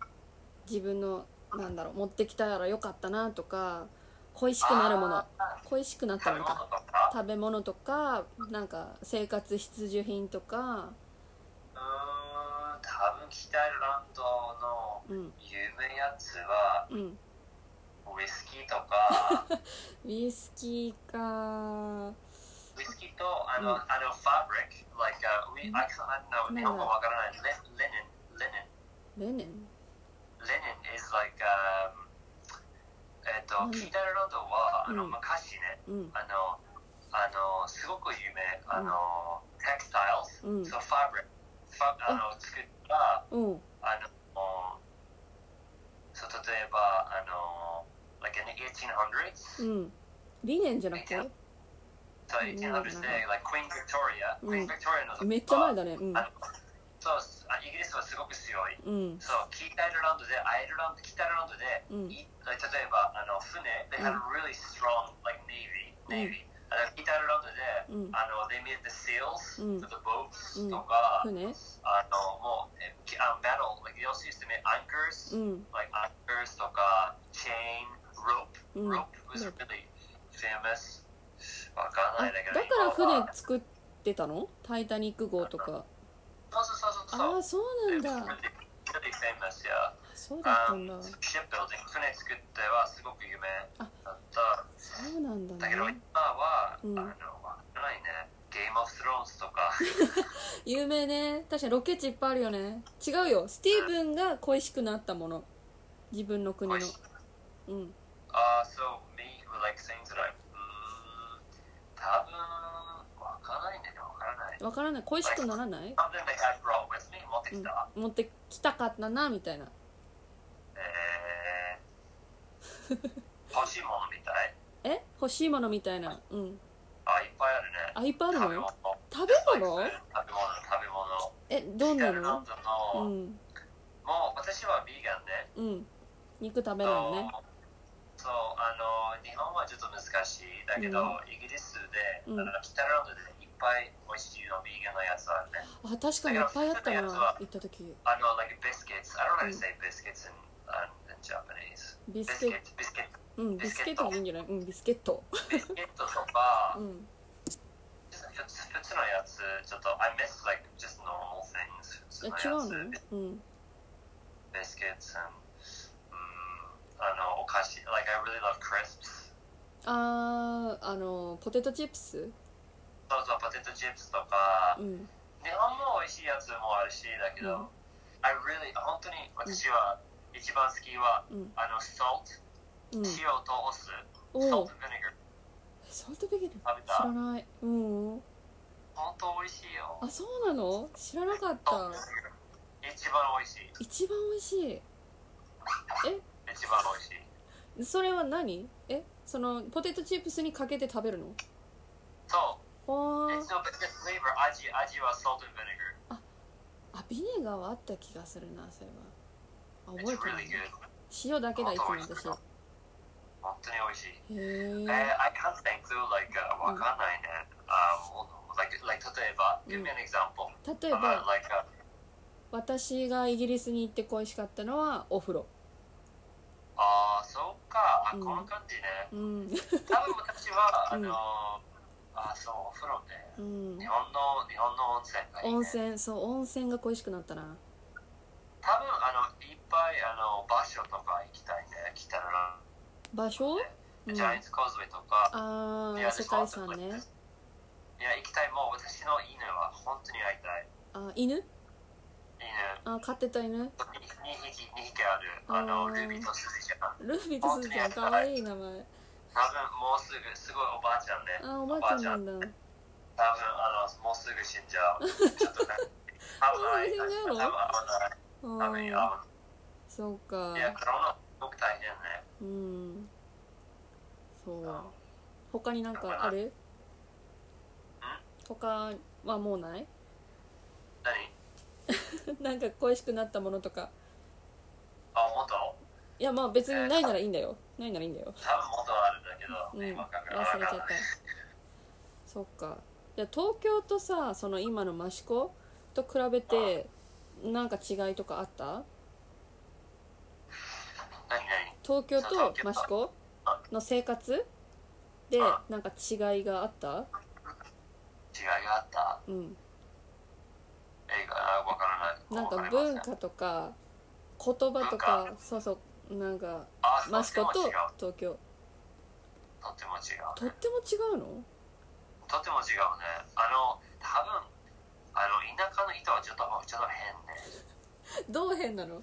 Speaker 1: 自分のなんだろう持ってきたらよかったなとか恋しくなるもの恋しくなったものか
Speaker 2: 食べ物とか
Speaker 1: 食べ物とかなんか生活必需品とか
Speaker 2: うーん多分北アイルランドの
Speaker 1: うん
Speaker 2: 有名やつは
Speaker 1: うん
Speaker 2: ウイスキーと か
Speaker 1: ウイスキーか
Speaker 2: ウイスキーとあの、
Speaker 1: うん
Speaker 2: あのファブリック like uh, we, I can't know
Speaker 1: なんだ
Speaker 2: 日本語わからないレレネンレネン
Speaker 1: レネン
Speaker 2: レネン is like、um, えっと
Speaker 1: なんだ
Speaker 2: 北アイルランドはあの、
Speaker 1: うん
Speaker 2: 昔ね
Speaker 1: うん
Speaker 2: あのあのすごく有名あの、テクスタイルス、
Speaker 1: うん
Speaker 2: そうファブリックファあの作った
Speaker 1: うん
Speaker 2: あの、そう例えば、あの、like in the 1800s,、
Speaker 1: うん理念じゃなくて
Speaker 2: so 1800s day, like Queen Victoria,、
Speaker 1: うん
Speaker 2: Queen Victoria の時は
Speaker 1: めっちゃ前だねうん
Speaker 2: あのそうあイギリスはすごく強い。
Speaker 1: うん
Speaker 2: そう、北アイルランドで、アイルランド、北アイルラン
Speaker 1: うん
Speaker 2: ドで、い例えば、あの、船、they had a really strong, like, navy,
Speaker 1: うん
Speaker 2: navy. あの北アイルラ
Speaker 1: うん
Speaker 2: ンドで、あの、they made the seals
Speaker 1: うん
Speaker 2: for the boats
Speaker 1: うん
Speaker 2: とか、
Speaker 1: 船
Speaker 2: あの、もう、えあ metal, like, they also used to make anchors.
Speaker 1: うん
Speaker 2: like anchors とか chain rope、
Speaker 1: うん
Speaker 2: rope was
Speaker 1: rope
Speaker 2: really famous わかん
Speaker 1: あ
Speaker 2: な
Speaker 1: だ
Speaker 2: いだ
Speaker 1: か
Speaker 2: け
Speaker 1: ら
Speaker 2: ど今は
Speaker 1: 船作ってたの「タイタニック号」とか
Speaker 2: そうそうそうそう
Speaker 1: ああ
Speaker 2: そう
Speaker 1: そうなん
Speaker 2: It was
Speaker 1: だ
Speaker 2: really, really famous yeah
Speaker 1: そうだったん
Speaker 2: um,
Speaker 1: だ
Speaker 2: shipbuilding 船作ってはすごく有名だった
Speaker 1: そうなんだ
Speaker 2: だけど
Speaker 1: ね
Speaker 2: 今は、
Speaker 1: うん
Speaker 2: あのわかんないね Game of Thrones と か
Speaker 1: 有名ね確かにロケ地いっぱいあるよね違うよスティーブンが恋しくなったもの自分の国の
Speaker 2: こうし
Speaker 1: うん
Speaker 2: Uh, so me, like like things that I, うーん、多分、わからないんだけど、わからない。
Speaker 1: わからない恋しくならない、
Speaker 2: Something that I brought with me, 持って
Speaker 1: う
Speaker 2: き
Speaker 1: ん
Speaker 2: た。、
Speaker 1: 持ってきたかったなみたいな
Speaker 2: えー、欲しいものみたい。
Speaker 1: え欲しいものみたいなうん
Speaker 2: あ、いっぱいあるね。
Speaker 1: あいっぱいある
Speaker 2: 食べ
Speaker 1: の
Speaker 2: 物。
Speaker 1: 食べ物
Speaker 2: 食べ物、食べ物。
Speaker 1: えどうなの
Speaker 2: 光
Speaker 1: う
Speaker 2: のも
Speaker 1: ん
Speaker 2: う私はビーガンで、
Speaker 1: うん肉食べないのね
Speaker 2: そうあの日本はちょっと難しいだけど、
Speaker 1: う
Speaker 2: イギリスで、
Speaker 1: うん
Speaker 2: あの北ランドでいっぱい美味しいのビーガンのやつあるね
Speaker 1: あ確かにいっぱいあったな行った時
Speaker 2: あの like biscuits I don't know how
Speaker 1: うん
Speaker 2: to say biscuits in,、um, in Japanese
Speaker 1: ビスケ
Speaker 2: biscuit
Speaker 1: ッ
Speaker 2: biscuit
Speaker 1: トうんビスケットでいいんじゃないうんビスケット
Speaker 2: biscuit と
Speaker 1: う
Speaker 2: か
Speaker 1: ん
Speaker 2: 普通普通のやつちょっと I miss like just normal things
Speaker 1: え
Speaker 2: 普
Speaker 1: 違
Speaker 2: 通
Speaker 1: う
Speaker 2: のや
Speaker 1: の
Speaker 2: つ
Speaker 1: うん
Speaker 2: ビスケッツ、うん、あのお菓子、like I really love crisps。
Speaker 1: あーあのポテトチップス
Speaker 2: そうそう、ポテトチップスとか
Speaker 1: う、ん
Speaker 2: 日本も美味しいやつもあるし、だけど、I really、本当に私は一番好きは、
Speaker 1: うん
Speaker 2: あの、salt、
Speaker 1: うん
Speaker 2: 塩とお酢、
Speaker 1: お
Speaker 2: salt
Speaker 1: お
Speaker 2: and vinegar。
Speaker 1: ソルトビギル知
Speaker 2: 食べた
Speaker 1: らないうん
Speaker 2: 本当美味しいよ。
Speaker 1: あそうなの知らなかっ
Speaker 2: salt
Speaker 1: た
Speaker 2: and vinegar 一番美味しい。
Speaker 1: 一番美味しい
Speaker 2: 一番美味しい。
Speaker 1: それは何えそのポテトチップスにかけて食べるの
Speaker 2: そう、
Speaker 1: ほー
Speaker 2: it's no business flavor。味、味は salt and vinegar。
Speaker 1: あビネガーはあった気がするなそれはあ覚え
Speaker 2: It's
Speaker 1: てない
Speaker 2: really good。
Speaker 1: 塩だけだいつも私へ
Speaker 2: 本当に美味しい。えー、
Speaker 1: え
Speaker 2: I can't think through like、uh, わかんないね。あ、もう like like 例えば、give me an example。
Speaker 1: 例え
Speaker 2: Uh,
Speaker 1: ば
Speaker 2: like、uh,
Speaker 1: 私がイギリスに行って恋しかったのはお風呂
Speaker 2: ああそうか、あ
Speaker 1: うん
Speaker 2: この感じね。
Speaker 1: うん
Speaker 2: 多分私は あ
Speaker 1: うん
Speaker 2: のー、あそうお風呂ね。
Speaker 1: うん
Speaker 2: 日本の日本の温泉がいい、ね。
Speaker 1: 温泉そう温泉が恋しくなったな
Speaker 2: 多分あのいっぱいあの場所とか行きたいね。来たら、
Speaker 1: 場所う
Speaker 2: ジ
Speaker 1: ん
Speaker 2: ャイアンツコーズウェイとか。
Speaker 1: あ
Speaker 2: い
Speaker 1: ー
Speaker 2: や
Speaker 1: 世界遺産ね。
Speaker 2: いや行きたいもう私の犬は本当に会いたい。
Speaker 1: あ犬
Speaker 2: 犬
Speaker 1: あ飼ってた犬
Speaker 2: 二二匹二匹あるあの
Speaker 1: あー
Speaker 2: ルビーとスズちゃん。
Speaker 1: ルフィとスズちゃんかわいい名前
Speaker 2: 多分もうすぐすごいおばあちゃんね
Speaker 1: あおばあちゃんなんだ
Speaker 2: 多分あのもうすぐ死ん じゃうちょっとね危ない
Speaker 1: そ
Speaker 2: 多
Speaker 1: う
Speaker 2: 分危
Speaker 1: な
Speaker 2: ない
Speaker 1: んあ
Speaker 2: 多分危
Speaker 1: ー
Speaker 2: な
Speaker 1: そうか
Speaker 2: いいやコロナすごく大変ね
Speaker 1: うんそううん他になんかある他はもうない
Speaker 2: 何
Speaker 1: なんか恋しくなったものとか
Speaker 2: あ元
Speaker 1: いやまあ別にないならいいんだよないならいいんだよ
Speaker 2: 多分元はあるんだけど、
Speaker 1: うん忘れち
Speaker 2: 今
Speaker 1: ゃっ
Speaker 2: か
Speaker 1: た
Speaker 2: ら分かんない
Speaker 1: そっかじゃあ東京とさその今の益子と比べてなんか違いとかあった
Speaker 2: 何何
Speaker 1: 東京と益子の生活で
Speaker 2: うん
Speaker 1: なんか違いがあった
Speaker 2: 違いがあった
Speaker 1: うん
Speaker 2: 映画分からない
Speaker 1: なん
Speaker 2: わ
Speaker 1: か
Speaker 2: りませ
Speaker 1: 文化とか言葉とかそうそうなんか
Speaker 2: あと
Speaker 1: 益
Speaker 2: って
Speaker 1: 子
Speaker 2: も
Speaker 1: と
Speaker 2: 違う
Speaker 1: 東京
Speaker 2: とっても違う
Speaker 1: とっても違うの
Speaker 2: とっても違うねあの多分あの田舎の人はちょっとちょっと変ね
Speaker 1: どう変なの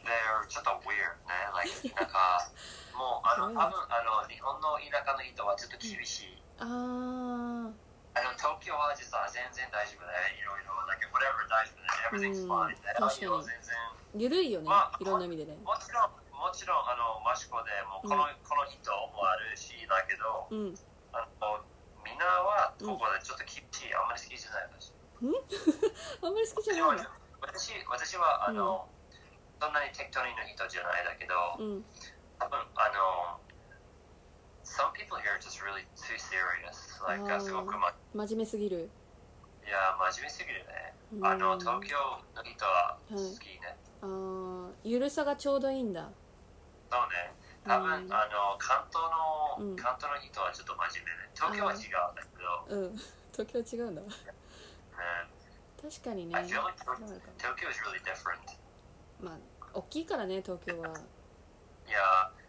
Speaker 2: They're ちょっと weird ね、like 田舎。もうあの
Speaker 1: Weird.
Speaker 2: 多分あの日本の田舎の人はちょっと厳しい。
Speaker 1: あ
Speaker 2: あの東京は実は全然大丈夫だよ。いろいろ、like whatever 大丈夫だよ。Everything's
Speaker 1: うん
Speaker 2: fine ね。あ
Speaker 1: 確かに
Speaker 2: の全然。
Speaker 1: ー緩いよね
Speaker 2: まあ
Speaker 1: いろんな意味でね
Speaker 2: もちろんもちろんあのマシコでもこの、この人もあるしだけど、
Speaker 1: うん
Speaker 2: あのみんなはここでちょっと厳しい。あんまり好きじゃない私。
Speaker 1: あんまり好きじゃ
Speaker 2: で
Speaker 1: ない
Speaker 2: も
Speaker 1: の
Speaker 2: 私私はあの、そんなに適当にの人じゃないだけど。
Speaker 1: うん
Speaker 2: 多分あの Some people here are just really too serious. Like,
Speaker 1: あー
Speaker 2: すごく、ま、
Speaker 1: 真面目すぎる
Speaker 2: いや、真面目すぎるね。
Speaker 1: うん
Speaker 2: あの、東京の人は好きね。
Speaker 1: あーゆるさがちょうどいいんだ
Speaker 2: そうね。多分、
Speaker 1: うん
Speaker 2: あの、関東の、
Speaker 1: うん
Speaker 2: 関東の人はちょっと真面目ね。東京は違うん
Speaker 1: う
Speaker 2: だけど、
Speaker 1: ん 東京違うんだ
Speaker 2: ね、
Speaker 1: 確かにね
Speaker 2: I feel like
Speaker 1: そうなのかも
Speaker 2: Tokyo is really different.
Speaker 1: まあ大きいからね東京は
Speaker 2: Yeah,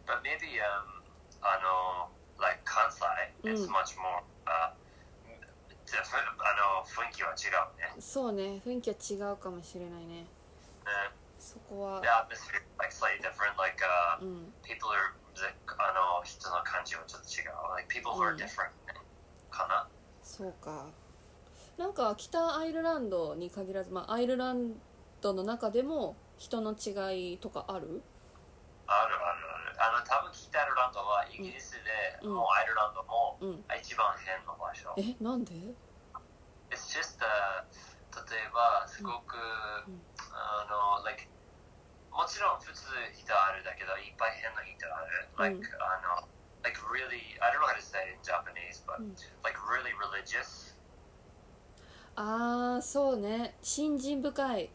Speaker 2: but maybe, um, あの、like 関西
Speaker 1: うん
Speaker 2: is much more, uh, different. あの、雰囲気は違うね。
Speaker 1: そうね雰囲気は違うかもしれないね
Speaker 2: ね
Speaker 1: そこは
Speaker 2: The atmosphere is like slightly different. Like, uh,
Speaker 1: うん
Speaker 2: people are, the, あの、人の感じはちょっと違 are different かな。
Speaker 1: そうかなんか北アイルランドに限らず、まあ、アイルランドの中でも人の違いとかある
Speaker 2: あるあるある。あの、多分北アイルランドはイギリスで、
Speaker 1: うん
Speaker 2: もうアイルランドも
Speaker 1: うん
Speaker 2: 一番変な場所。
Speaker 1: えなんで
Speaker 2: It's just uh, 例えばすごく、
Speaker 1: うん
Speaker 2: あの like もちろん普通人あるだけどいっぱい変な人ある、like
Speaker 1: うん
Speaker 2: あの like really I don't know how to say it in Japanese but、
Speaker 1: うん
Speaker 2: like really religious
Speaker 1: ああそうね信心深い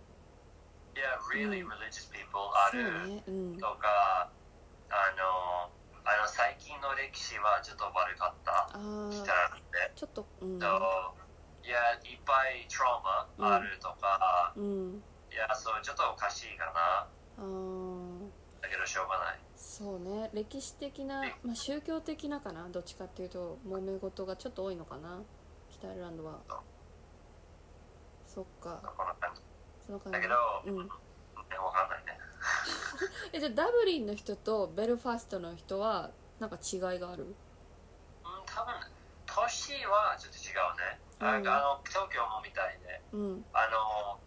Speaker 2: yeah really
Speaker 1: うん
Speaker 2: religious people あ
Speaker 1: そう
Speaker 2: る
Speaker 1: ねうん
Speaker 2: とか、あのあの最近の歴史はちょっと悪かった
Speaker 1: あ
Speaker 2: 北
Speaker 1: あ
Speaker 2: なんで、
Speaker 1: ちょっとうん
Speaker 2: so yeah いっぱいトラウマあるとか、
Speaker 1: うん
Speaker 2: いやそうちょっとおかしいかな
Speaker 1: あー
Speaker 2: だけどしょうがない
Speaker 1: そうね歴史的な、まあ、宗教的なかなどっちかっていうと揉め事がちょっと多いのかな北アイルランドはそっか
Speaker 2: この感じ
Speaker 1: その感じ
Speaker 2: だけど、
Speaker 1: うん
Speaker 2: ねわかんないね。
Speaker 1: えじゃあダブリンの人とベルファストの人はなんか違いがある
Speaker 2: うん、多分、都市はちょっと違うね。なんかあの、東京もみたいで、
Speaker 1: うん
Speaker 2: あの、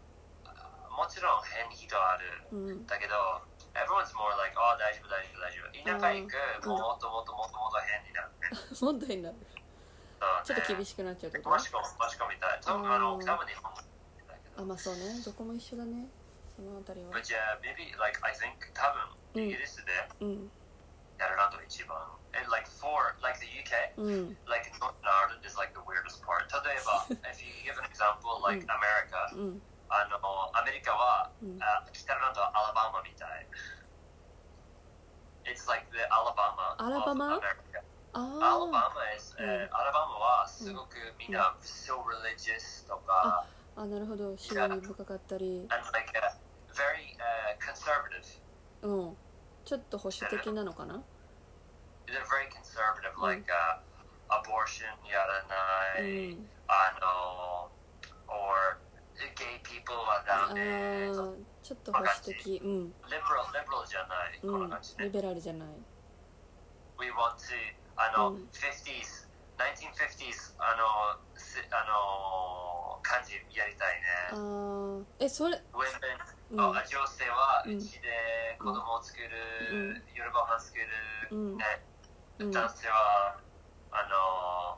Speaker 2: あもちろん変人あ
Speaker 1: う
Speaker 2: る。
Speaker 1: ん
Speaker 2: だけど、everyone's more like, あ、大丈夫、大丈夫、大丈夫。田舎行く、
Speaker 1: うん
Speaker 2: もっともっともっともっと変になるね。
Speaker 1: 問題になるちょっと厳し
Speaker 2: しい。
Speaker 1: くなっちゃうってこと
Speaker 2: マシコ、マシコみたい。多分、あの、多分日本もだけ
Speaker 1: あ
Speaker 2: ど。
Speaker 1: まあそうねどこも一緒だねそのあたりは
Speaker 2: But yeah, maybe, like, I think, 多
Speaker 1: う
Speaker 2: 分、
Speaker 1: ん
Speaker 2: イギリスで、
Speaker 1: うん
Speaker 2: やるなと一番。And like, for, like the UK,
Speaker 1: うん
Speaker 2: like Northern Ireland is like the weirdest part. 例えば、if you give an example like America,
Speaker 1: うん
Speaker 2: あのアメリカは、
Speaker 1: うん
Speaker 2: あ北のとアラバマみたい。It's like the Alabama. of
Speaker 1: アラバマ
Speaker 2: America. アラ
Speaker 1: あ
Speaker 2: バマ is、uh,
Speaker 1: うん
Speaker 2: えーアラバマはすごくみんな、so religious とか、
Speaker 1: ーあなるほど趣味深かったり
Speaker 2: and like a very、uh, conservative.
Speaker 1: うんちょっと保守的なのかな
Speaker 2: They're very conservative,
Speaker 1: うん
Speaker 2: like、uh, abortion や
Speaker 1: う
Speaker 2: らない。
Speaker 1: ん
Speaker 2: あの、or gay people は
Speaker 1: あ
Speaker 2: ダメ。
Speaker 1: ーちょっと保守的うん
Speaker 2: liberal, liberal じゃない、こ
Speaker 1: うん
Speaker 2: の感じ
Speaker 1: リ
Speaker 2: ね。
Speaker 1: ベラルじゃない
Speaker 2: We want to, あの、
Speaker 1: うん
Speaker 2: 50s、1950s、あの、すあの、感じやりた
Speaker 1: あ
Speaker 2: いね。
Speaker 1: ーえそれう
Speaker 2: Women、
Speaker 1: ん
Speaker 2: あ女性は
Speaker 1: うん
Speaker 2: うちで子供を作
Speaker 1: う
Speaker 2: る、夜ご飯作る、
Speaker 1: うん
Speaker 2: ね。
Speaker 1: うん
Speaker 2: 男性は、あ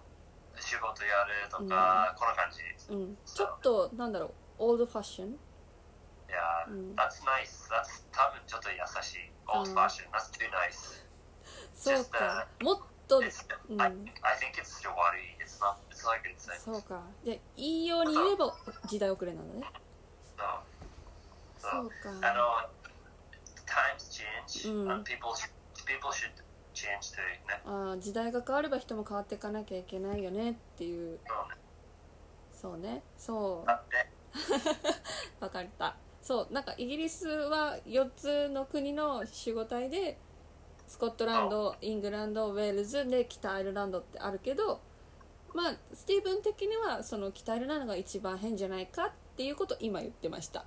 Speaker 2: の、仕事やるとか、この感じ。
Speaker 1: うんちょっとなんだろうオールドファッション
Speaker 2: いやー、
Speaker 1: うん
Speaker 2: That's nice. That's 多分ちょっと優しい。
Speaker 1: あー
Speaker 2: Old fashioned. That's too nice.
Speaker 1: そうかもっと
Speaker 2: It's,
Speaker 1: うん
Speaker 2: I, I think it's still worry. It's not. It's not a good thing.
Speaker 1: そうかでいいように言えば時代遅れなんだね
Speaker 2: So,
Speaker 1: そう
Speaker 2: あ
Speaker 1: か
Speaker 2: の times change
Speaker 1: うん
Speaker 2: and people sh- people should change too. ね。
Speaker 1: あー時代が変われば人も変わっていかなきゃいけないよねっていう
Speaker 2: そうね
Speaker 1: そうねそ
Speaker 2: だって
Speaker 1: うわかったそうなんかイギリスは4つの国の守護体でスコットランドイングランドウェールズで北アイルランドってあるけどまあスティーブン的にはその北アイルランドが一番変じゃないかっていうことを今言ってました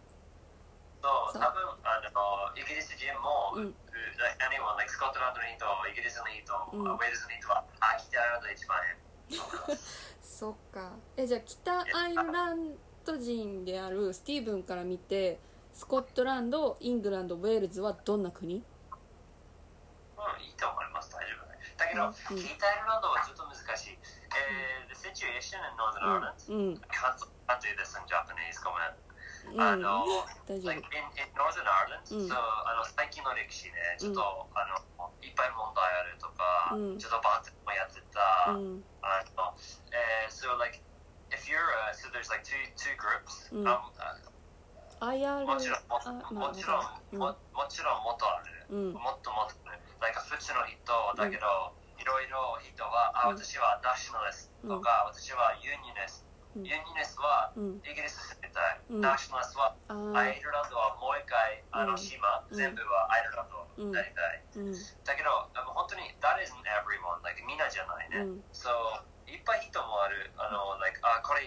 Speaker 2: そう
Speaker 1: そう
Speaker 2: 多分あのイギリス人も、
Speaker 1: う
Speaker 2: うんん、like anyone like スコットランドの人、イギリスの人、
Speaker 1: うん
Speaker 2: ウェールズの人はあ北アイルランド一番変。そう
Speaker 1: そ
Speaker 2: か
Speaker 1: っかえじゃあ北アイルランド人であるスティーブンから見てスコットランドイングランドウェールズはどんな国
Speaker 2: うん、いいと思います、大丈夫ね。だけど、
Speaker 1: うん
Speaker 2: 北アイルランドはちょっと難しい。えー、the situation in Northern
Speaker 1: うん
Speaker 2: Ireland,、
Speaker 1: うん
Speaker 2: I can't, can't do this in Japanese, ごめん。
Speaker 1: うん
Speaker 2: あの、
Speaker 1: 大丈
Speaker 2: like in, in Northern Ireland,、
Speaker 1: うん
Speaker 2: そうあの最近の歴史ね、ちょっと、
Speaker 1: う
Speaker 2: あのいっぱい問題あるとか、
Speaker 1: うん
Speaker 2: ちょっとバーツもやってた。
Speaker 1: 夫うん
Speaker 2: あの、えー、so like, if you're, uh, so there's like two, two groups,、
Speaker 1: うん
Speaker 2: あの
Speaker 1: IR
Speaker 2: もちろん、も
Speaker 1: あまあ
Speaker 2: もちろん、も
Speaker 1: わか
Speaker 2: もちろんもっとある。
Speaker 1: るうん
Speaker 2: もっともっと、なんか普通の人だけど、いろいろ人は、あ、
Speaker 1: うん
Speaker 2: 私はナショナリストとか、私はユニネ
Speaker 1: う
Speaker 2: ス
Speaker 1: ん
Speaker 2: ト。ユニネストは
Speaker 1: うん
Speaker 2: イギリス世
Speaker 1: うん
Speaker 2: 帯、ナショナリストは
Speaker 1: あ
Speaker 2: ア
Speaker 1: ー
Speaker 2: イルランドはもう一回、あ
Speaker 1: うん
Speaker 2: の島、
Speaker 1: うん
Speaker 2: 全部はアイルランドになりたい。
Speaker 1: うん
Speaker 2: だけど、あの本当に、that isn't everyone, like みんなじゃない
Speaker 1: う
Speaker 2: ね。
Speaker 1: ん
Speaker 2: So、いっぱい人もある、あの、like、あ、これ、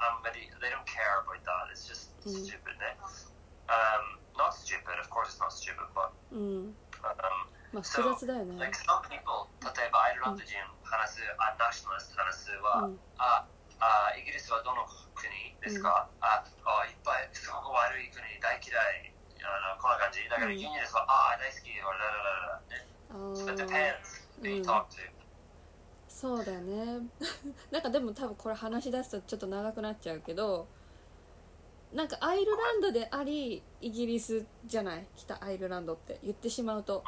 Speaker 2: あんまり、they don't care about that, it's just
Speaker 1: うん
Speaker 2: stupid ね。Um, not stupid, of course it's not stupid, but,
Speaker 1: うん
Speaker 2: um,
Speaker 1: まあ
Speaker 2: そ
Speaker 1: 複雑
Speaker 2: う
Speaker 1: だよ
Speaker 2: Like
Speaker 1: ね
Speaker 2: some people, 例えばアイルランド人、話す、あ、ナショナリスト話す
Speaker 1: う
Speaker 2: は、
Speaker 1: ん
Speaker 2: あ、あ、イギリスはどの国ですか、ああ、いっぱい、すごく悪い国、大嫌い、あのこんな感じ。だか
Speaker 1: う
Speaker 2: ら、
Speaker 1: ん
Speaker 2: ユニですは、あ、大好き、ラララララ、ね。
Speaker 1: あ
Speaker 2: So it
Speaker 1: ー
Speaker 2: depends who you
Speaker 1: うん
Speaker 2: talk to.
Speaker 1: そうだよね なんかでも多分これ話し出すとちょっと長くなっちゃうけどなんかアイルランドでありイギリスじゃない北アイルランドって言ってしまうと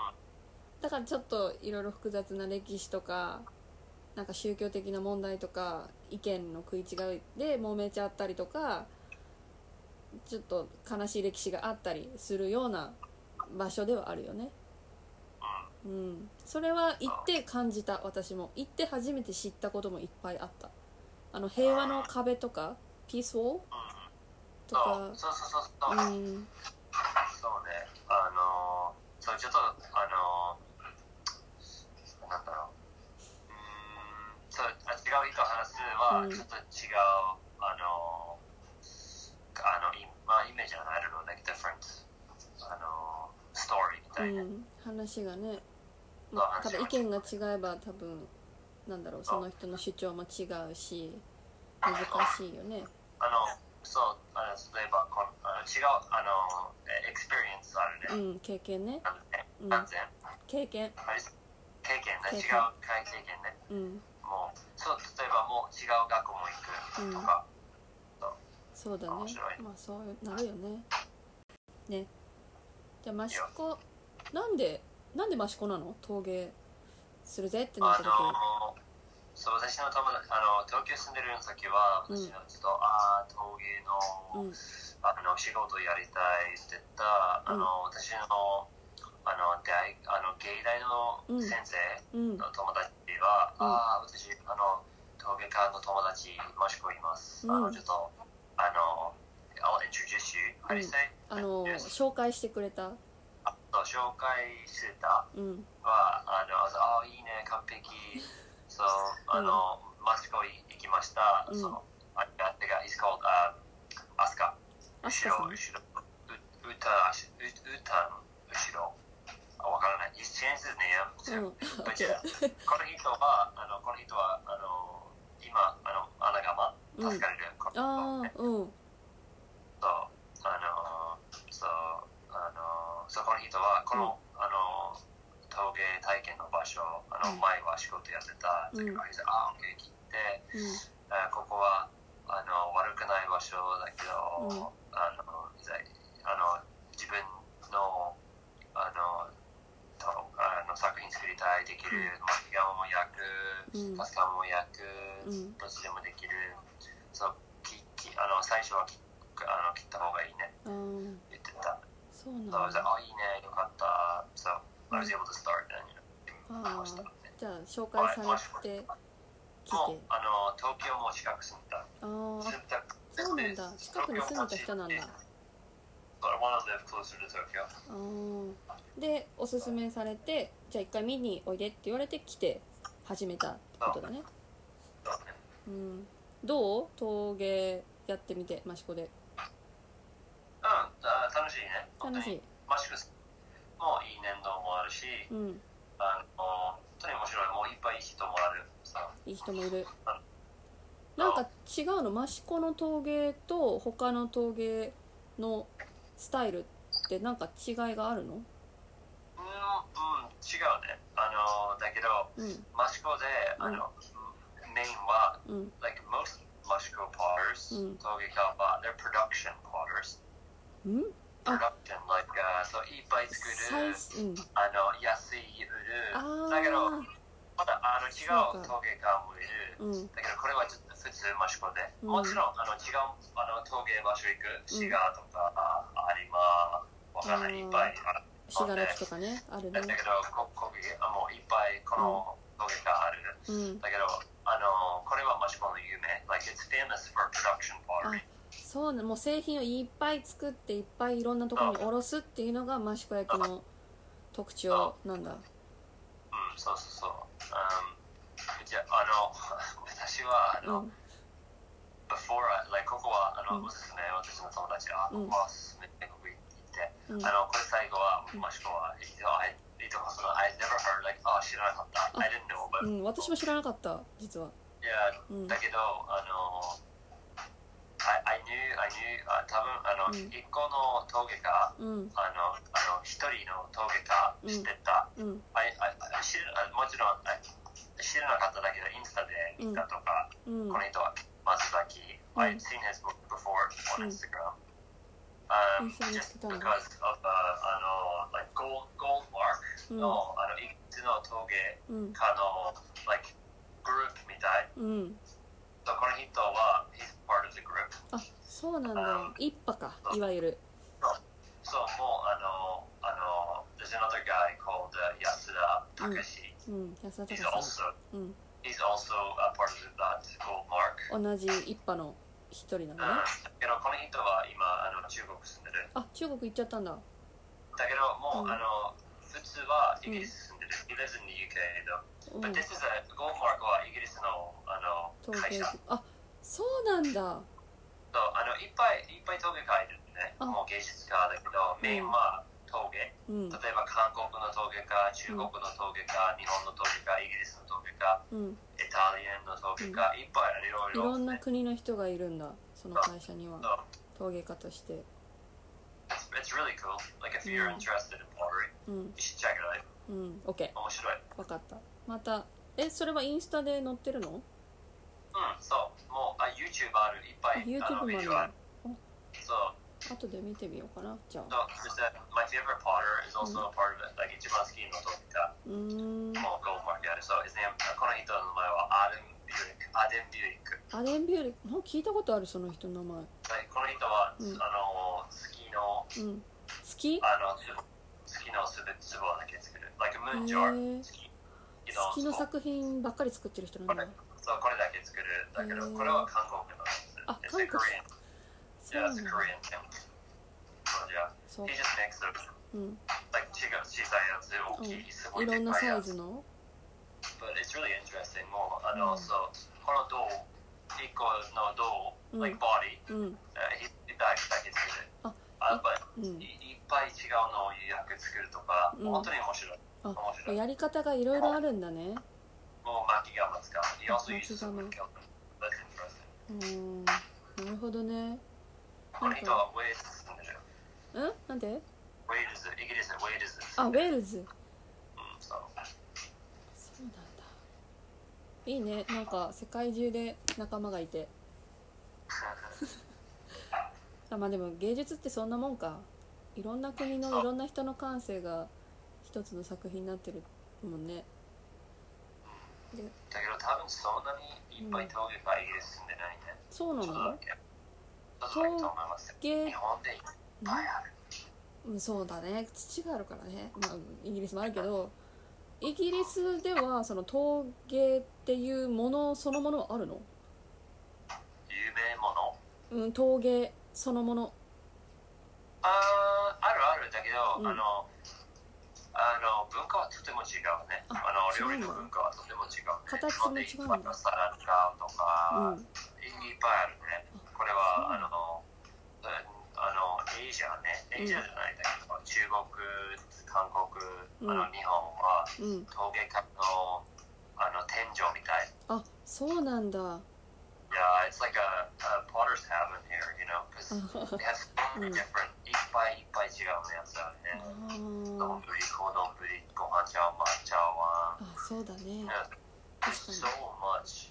Speaker 1: だからちょっといろいろ複雑な歴史とかなんか宗教的な問題とか意見の食い違いで揉めちゃったりとかちょっと悲しい歴史があったりするような場所ではあるよね。うん、それは行って感じた私も行って初めて知ったこともいっぱいあったあの平和の壁とかピースウォーとか
Speaker 2: So, so, so, so, so.
Speaker 1: うん
Speaker 2: そうね、あのーそうちょっと、あのーなんだろう、うーん、そうあ違う人と話すは、
Speaker 1: うん
Speaker 2: ちょっと違う、あのーあの、いまあ、イメージはないの、like different、あのーストーリー
Speaker 1: う
Speaker 2: みたいな。
Speaker 1: ん話がね、まあ、多分意見が違えば多分なんだろうその人の主張も違うし難しいよね
Speaker 2: あの、そう、あの例えばこのあの違う、あのー、エクスペリエンスあ
Speaker 1: う
Speaker 2: るね。
Speaker 1: ん経験ね
Speaker 2: なんで、
Speaker 1: うん
Speaker 2: なんで、
Speaker 1: 経験
Speaker 2: あれ経験
Speaker 1: 経験
Speaker 2: ね、違う経験ね。
Speaker 1: うん
Speaker 2: もう、そう、例えばもう違う学校も行くとか、
Speaker 1: そうだね
Speaker 2: 面白い
Speaker 1: まあそうなるよねねじゃあ益子なんでなんで益子なの陶芸するぜってなっ
Speaker 2: あ
Speaker 1: た時
Speaker 2: のそう私の友達あの東京住んでる時は
Speaker 1: うん
Speaker 2: 私のちょっと、ああ陶芸
Speaker 1: う
Speaker 2: の,、
Speaker 1: ん
Speaker 2: あの仕事やりたいって言った、あの私のあの出会いあの芸大の
Speaker 1: うん
Speaker 2: 先生
Speaker 1: うん
Speaker 2: の友達は、
Speaker 1: うん
Speaker 2: ああ私あの陶芸家の友達マシコいます、
Speaker 1: うん
Speaker 2: あのちょっとあの I'll introduce you how do you say、
Speaker 1: あの
Speaker 2: Yes
Speaker 1: 紹介してくれた、
Speaker 2: あと紹介してた
Speaker 1: うん、
Speaker 2: は、あの、あ、いいね、完璧。そう、あの、マスコイ行きました。
Speaker 1: うん
Speaker 2: その、あ、あてが、is called、あ、アスカ。
Speaker 1: アス
Speaker 2: 後
Speaker 1: カ
Speaker 2: ろ、
Speaker 1: さ
Speaker 2: 後ろ、
Speaker 1: ん
Speaker 2: う、うた、う、うたの後ろ。あ、わからない。He's changed his name.
Speaker 1: うん
Speaker 2: But yeah, この人は、あの、この人は、あの、今、あの、アナガマ、
Speaker 1: うん
Speaker 2: 助かれる。この
Speaker 1: ああ
Speaker 2: 人
Speaker 1: うん
Speaker 2: そう、あの、そう、あの、そこの人は、この、あの、陶芸体験の場所、あの、
Speaker 1: うん
Speaker 2: 前は仕事やってた、
Speaker 1: うん
Speaker 2: とか言ってあ、OK 切って、あここは、あの、悪くない場所だけど、
Speaker 1: うん
Speaker 2: あの、いざあの、自分の、あの、とあの作品作りたい、できる、
Speaker 1: うん
Speaker 2: マキアも焼く、
Speaker 1: うん
Speaker 2: パスタも焼く、
Speaker 1: うん
Speaker 2: どっちでもできる、そう、ききあの最初はきあの切った方がいいね。
Speaker 1: うんああ
Speaker 2: 言ってた。
Speaker 1: そうなん
Speaker 2: だから、
Speaker 1: だ
Speaker 2: あ、いいね、よかった。そう、I was able to start then, you know,
Speaker 1: あー
Speaker 2: ましたね。
Speaker 1: じゃあ紹介されて来て
Speaker 2: もう、あの、東京も近く住んだ。
Speaker 1: あ
Speaker 2: 住
Speaker 1: あ
Speaker 2: んだ。
Speaker 1: そうなんだ近くに住んでた人なんだ
Speaker 2: But I want to live closer to Tokyo.
Speaker 1: あーでおすすめされてじゃあ一回見においでって言われて来て始めたってことだね、
Speaker 2: そうね
Speaker 1: うん、どう陶芸やってみて益子で
Speaker 2: うん、あ楽しいね。
Speaker 1: 楽し
Speaker 2: い。
Speaker 1: い
Speaker 2: マシクスもいい年度もあるし、
Speaker 1: うん
Speaker 2: あの、本当に面白い。もういっぱい人もある。そう
Speaker 1: いい人もいるなんか違うの益子の陶芸と他の陶芸のスタイルってなんか違いがあるの
Speaker 2: うん、うん、違うね。あの、だけど、
Speaker 1: うん
Speaker 2: マシコで、あの、メインは、
Speaker 1: うん
Speaker 2: like most Mushko potters,
Speaker 1: Mm.
Speaker 2: Togekaba, they're production potters.
Speaker 1: ん Ah.
Speaker 2: Production, like, uh, so e bites
Speaker 1: サイ
Speaker 2: guru,
Speaker 1: ズうん
Speaker 2: ano, yasui
Speaker 1: あ
Speaker 2: uru. だけど、
Speaker 1: あ
Speaker 2: まだあの違
Speaker 1: そう
Speaker 2: う
Speaker 1: か
Speaker 2: 陶芸家もいる。
Speaker 1: うん
Speaker 2: だけどこれはちょっと普通マシコで。
Speaker 1: うん
Speaker 2: もちろんあの違うあの陶芸場所行く、シガーとか、あ有馬、わからな
Speaker 1: あー
Speaker 2: い、いっぱいある。
Speaker 1: 信楽とかねあるね
Speaker 2: だけど、ここあもういっぱいこの陶芸家ある。
Speaker 1: うん
Speaker 2: だけど、あの、これはマシコの有名。Like, it's famous for production
Speaker 1: あ
Speaker 2: pottery.
Speaker 1: そうねもう製品をいっぱい作っていっぱいいろんなところにおろすっていうのが益子焼の特徴なんだ
Speaker 2: うん、そうそうそう。うん、じゃあ、の、 私は、あ
Speaker 1: う
Speaker 2: の、
Speaker 1: ん
Speaker 2: before I, like, ここは、あの、
Speaker 1: うん
Speaker 2: おすすめ、私の友達は、あ
Speaker 1: うん
Speaker 2: ここはおすすめ、ここ行って、
Speaker 1: うん
Speaker 2: あの、これ最後は、
Speaker 1: うん
Speaker 2: もしくは、いいとこ、いいとこ、その、I never heard, like, あ、知らなかった、I didn't know, but
Speaker 1: うん、私も知らなかった実は
Speaker 2: Yeah,
Speaker 1: うん
Speaker 2: だけど、あの、I, I knew, I knew, あ多分
Speaker 1: う
Speaker 2: あの、
Speaker 1: ん
Speaker 2: 一個の峠が、
Speaker 1: うん
Speaker 2: あの、あの、一人の峠が知ってた。
Speaker 1: うん
Speaker 2: あいああ知るあもちろん、あ知らなかっただけど、インスタで見たとか、
Speaker 1: うん
Speaker 2: この人は松崎。
Speaker 1: うん
Speaker 2: I've seen his book before
Speaker 1: うん
Speaker 2: on Instagram.、Um,
Speaker 1: 一緒に来
Speaker 2: just
Speaker 1: たの
Speaker 2: because of the, あの、like gold, gold mark
Speaker 1: うん
Speaker 2: の、あの、いくつの峠
Speaker 1: うん
Speaker 2: かの、like グループみたい。
Speaker 1: うん
Speaker 2: そうこの人は、he's uh, part of the group.
Speaker 1: あそうなんだ一派かいわゆる
Speaker 2: そう、もう、あの、あの、there's another guy called、uh, 安田隆史。
Speaker 1: うん安田
Speaker 2: He's
Speaker 1: 隆さ
Speaker 2: also,
Speaker 1: ん、うん、
Speaker 2: he's also a part of that gold mark. Uh,
Speaker 1: 同じ一派の一人なの
Speaker 2: うん。
Speaker 1: ね
Speaker 2: だけど、この人は今、あの、中国住んでる。
Speaker 1: あ中国行っちゃったんだ
Speaker 2: だけど、も
Speaker 1: う
Speaker 2: う、
Speaker 1: ん
Speaker 2: あの、普通はイギリス住んでる。He lives in the UK, though.
Speaker 1: うん
Speaker 2: But this is a gold mark はイギリスの、あの、
Speaker 1: 東
Speaker 2: 会
Speaker 1: 京
Speaker 2: 社。
Speaker 1: あそうなんだ
Speaker 2: そう、あの、いっぱい、いっぱい陶芸家いるんでね。
Speaker 1: あ
Speaker 2: もう芸術家だけど、メインは陶芸。
Speaker 1: うん
Speaker 2: 例えば韓国の陶芸家、中国の陶芸家、日本の陶芸家、イギリスの陶芸家、
Speaker 1: うん
Speaker 2: イタリアンの陶芸家、いっぱいいろい
Speaker 1: い
Speaker 2: ろ。
Speaker 1: ろんな国の人がいるんだその会社には
Speaker 2: So,
Speaker 1: 陶芸家として
Speaker 2: it's, it's really cool. Like, if you're
Speaker 1: うん
Speaker 2: interested in pottery,
Speaker 1: うん
Speaker 2: you should check it out.
Speaker 1: うん OK
Speaker 2: 面白い。
Speaker 1: わかったまたえそれはインスタで載ってるの
Speaker 2: うん、そう。もう、あ、YouTube ある。いっぱ
Speaker 1: あ
Speaker 2: い、あ
Speaker 1: YouTube
Speaker 2: の、
Speaker 1: も
Speaker 2: ビ
Speaker 1: ある
Speaker 2: デ
Speaker 1: の
Speaker 2: オある。そう。
Speaker 1: 後で見てみようかなじゃあ
Speaker 2: So, just that my favorite potter is also a part of it. Like, 一番好きの陶
Speaker 1: うーん
Speaker 2: 芸家、もう、ゴーマークある。So, his name, この人の名前はアデン・ビューリック。アデン・ビュ
Speaker 1: アレンビュー
Speaker 2: ーリック。
Speaker 1: リなんか聞いたことあるその人の名前
Speaker 2: Like, この人は、
Speaker 1: うん
Speaker 2: あの、スキーの、
Speaker 1: うん好き
Speaker 2: あの、つ好きなすべつぼだけ作る。Like
Speaker 1: へ
Speaker 2: a
Speaker 1: ー
Speaker 2: moon jar. 好き
Speaker 1: 好きの
Speaker 2: の壺
Speaker 1: 作品ばっかり作ってる人なんだ
Speaker 2: そう、これだけ作る。だけ
Speaker 1: へ
Speaker 2: ど、
Speaker 1: ー
Speaker 2: これは韓国のやつ。
Speaker 1: あ
Speaker 2: It's a
Speaker 1: 韓国
Speaker 2: Korean.
Speaker 1: そう
Speaker 2: Yeah,
Speaker 1: なん
Speaker 2: it's a
Speaker 1: だ
Speaker 2: Korean thing. So, yeah.
Speaker 1: そう
Speaker 2: He just makes it.
Speaker 1: うん
Speaker 2: Like, 違う、小さいやつ、大きい、すご
Speaker 1: い
Speaker 2: い
Speaker 1: ろ
Speaker 2: で
Speaker 1: ん
Speaker 2: っ
Speaker 1: な
Speaker 2: かい
Speaker 1: サ
Speaker 2: や
Speaker 1: イ
Speaker 2: つ。
Speaker 1: ズの
Speaker 2: But it's really interesting. もう、あの、
Speaker 1: うん
Speaker 2: そう、この銅、一個の銅、
Speaker 1: うん
Speaker 2: like body,
Speaker 1: うん
Speaker 2: えー、ひだけだけ作る。
Speaker 1: あ
Speaker 2: あ、やっぱ
Speaker 1: う
Speaker 2: い
Speaker 1: ん
Speaker 2: いっぱい違うのを役作るとか、
Speaker 1: うん
Speaker 2: 本当に面白い。面
Speaker 1: あ
Speaker 2: 白い。
Speaker 1: やり方がいろいろあるんだね
Speaker 2: もう巻きが使う。He also
Speaker 1: 巻き
Speaker 2: uses
Speaker 1: 釜
Speaker 2: wood kiln.
Speaker 1: う
Speaker 2: That's interesting.
Speaker 1: ーんなるほどね
Speaker 2: この人はウェールズ住んでる。
Speaker 1: うんなんで
Speaker 2: ウェールズ、イギリス、ウェールズ。
Speaker 1: あウェー
Speaker 2: ルズ。
Speaker 1: ルズ
Speaker 2: うん、そう。
Speaker 1: そうなんだいいねなんか世界中で仲間がいてあまあでも芸術ってそんなもんかいろんな国のいろんな人の感性が一つの作品になってるもんねで
Speaker 2: だけど多分そんなにいっぱい陶芸がイギリス住んでないね。
Speaker 1: そうな
Speaker 2: そうだ
Speaker 1: の
Speaker 2: け。そうだと思います。
Speaker 1: 芸
Speaker 2: 日本でいっぱいある。
Speaker 1: うんそうだね土があるからね、まあ、イギリスもあるけどイギリスではその陶芸っていうものそのものはあるの、
Speaker 2: 有名もの。
Speaker 1: うん、陶芸そのもの
Speaker 2: あーあるある。だけど、
Speaker 1: うん
Speaker 2: あの、あの文化はとても違うね。
Speaker 1: あ
Speaker 2: あの
Speaker 1: そうな
Speaker 2: 料理
Speaker 1: の
Speaker 2: の文化はとても違う、ね。
Speaker 1: 形も違うんだ
Speaker 2: 日本でいっぱいの皿使うと
Speaker 1: うん
Speaker 2: か。いっぱいあるね。これは、あの、えあの、エイジアね。エイジアじゃないんだけど、中国、韓国、あ
Speaker 1: う
Speaker 2: の、日本は、
Speaker 1: うん
Speaker 2: 陶芸家の、あの、天井みたい。
Speaker 1: あそうなんだ
Speaker 2: Yeah, it's like a, a potter's heaven here, you know, because
Speaker 1: あ
Speaker 2: they have so many different, いっぱいいっぱい違うやつあ
Speaker 1: Mm.
Speaker 2: るね。丼、
Speaker 1: ー
Speaker 2: 小丼、ご飯茶碗、抹茶碗。
Speaker 1: あそうだね
Speaker 2: There's so much.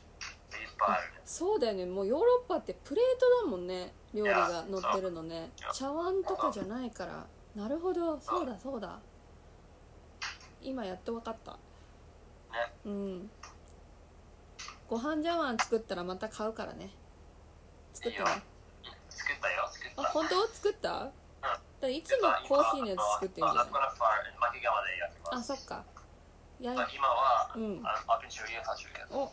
Speaker 2: いっぱいあるね。
Speaker 1: そうだよねもうヨーロッパってプレートだもんね料理が載ってるのね茶碗とかじゃないからなるほどそうだそうだ今やっと分かったうんご飯茶碗作ったらまた買うからね作ったね
Speaker 2: 作ったよ、作っ
Speaker 1: あ
Speaker 2: た。
Speaker 1: 本当作っただからいつもコーヒーのやつ作ってるじゃんあそっかやい
Speaker 2: 今は、
Speaker 1: うん。
Speaker 2: I'm up in Shuri and Hatsuka.
Speaker 1: お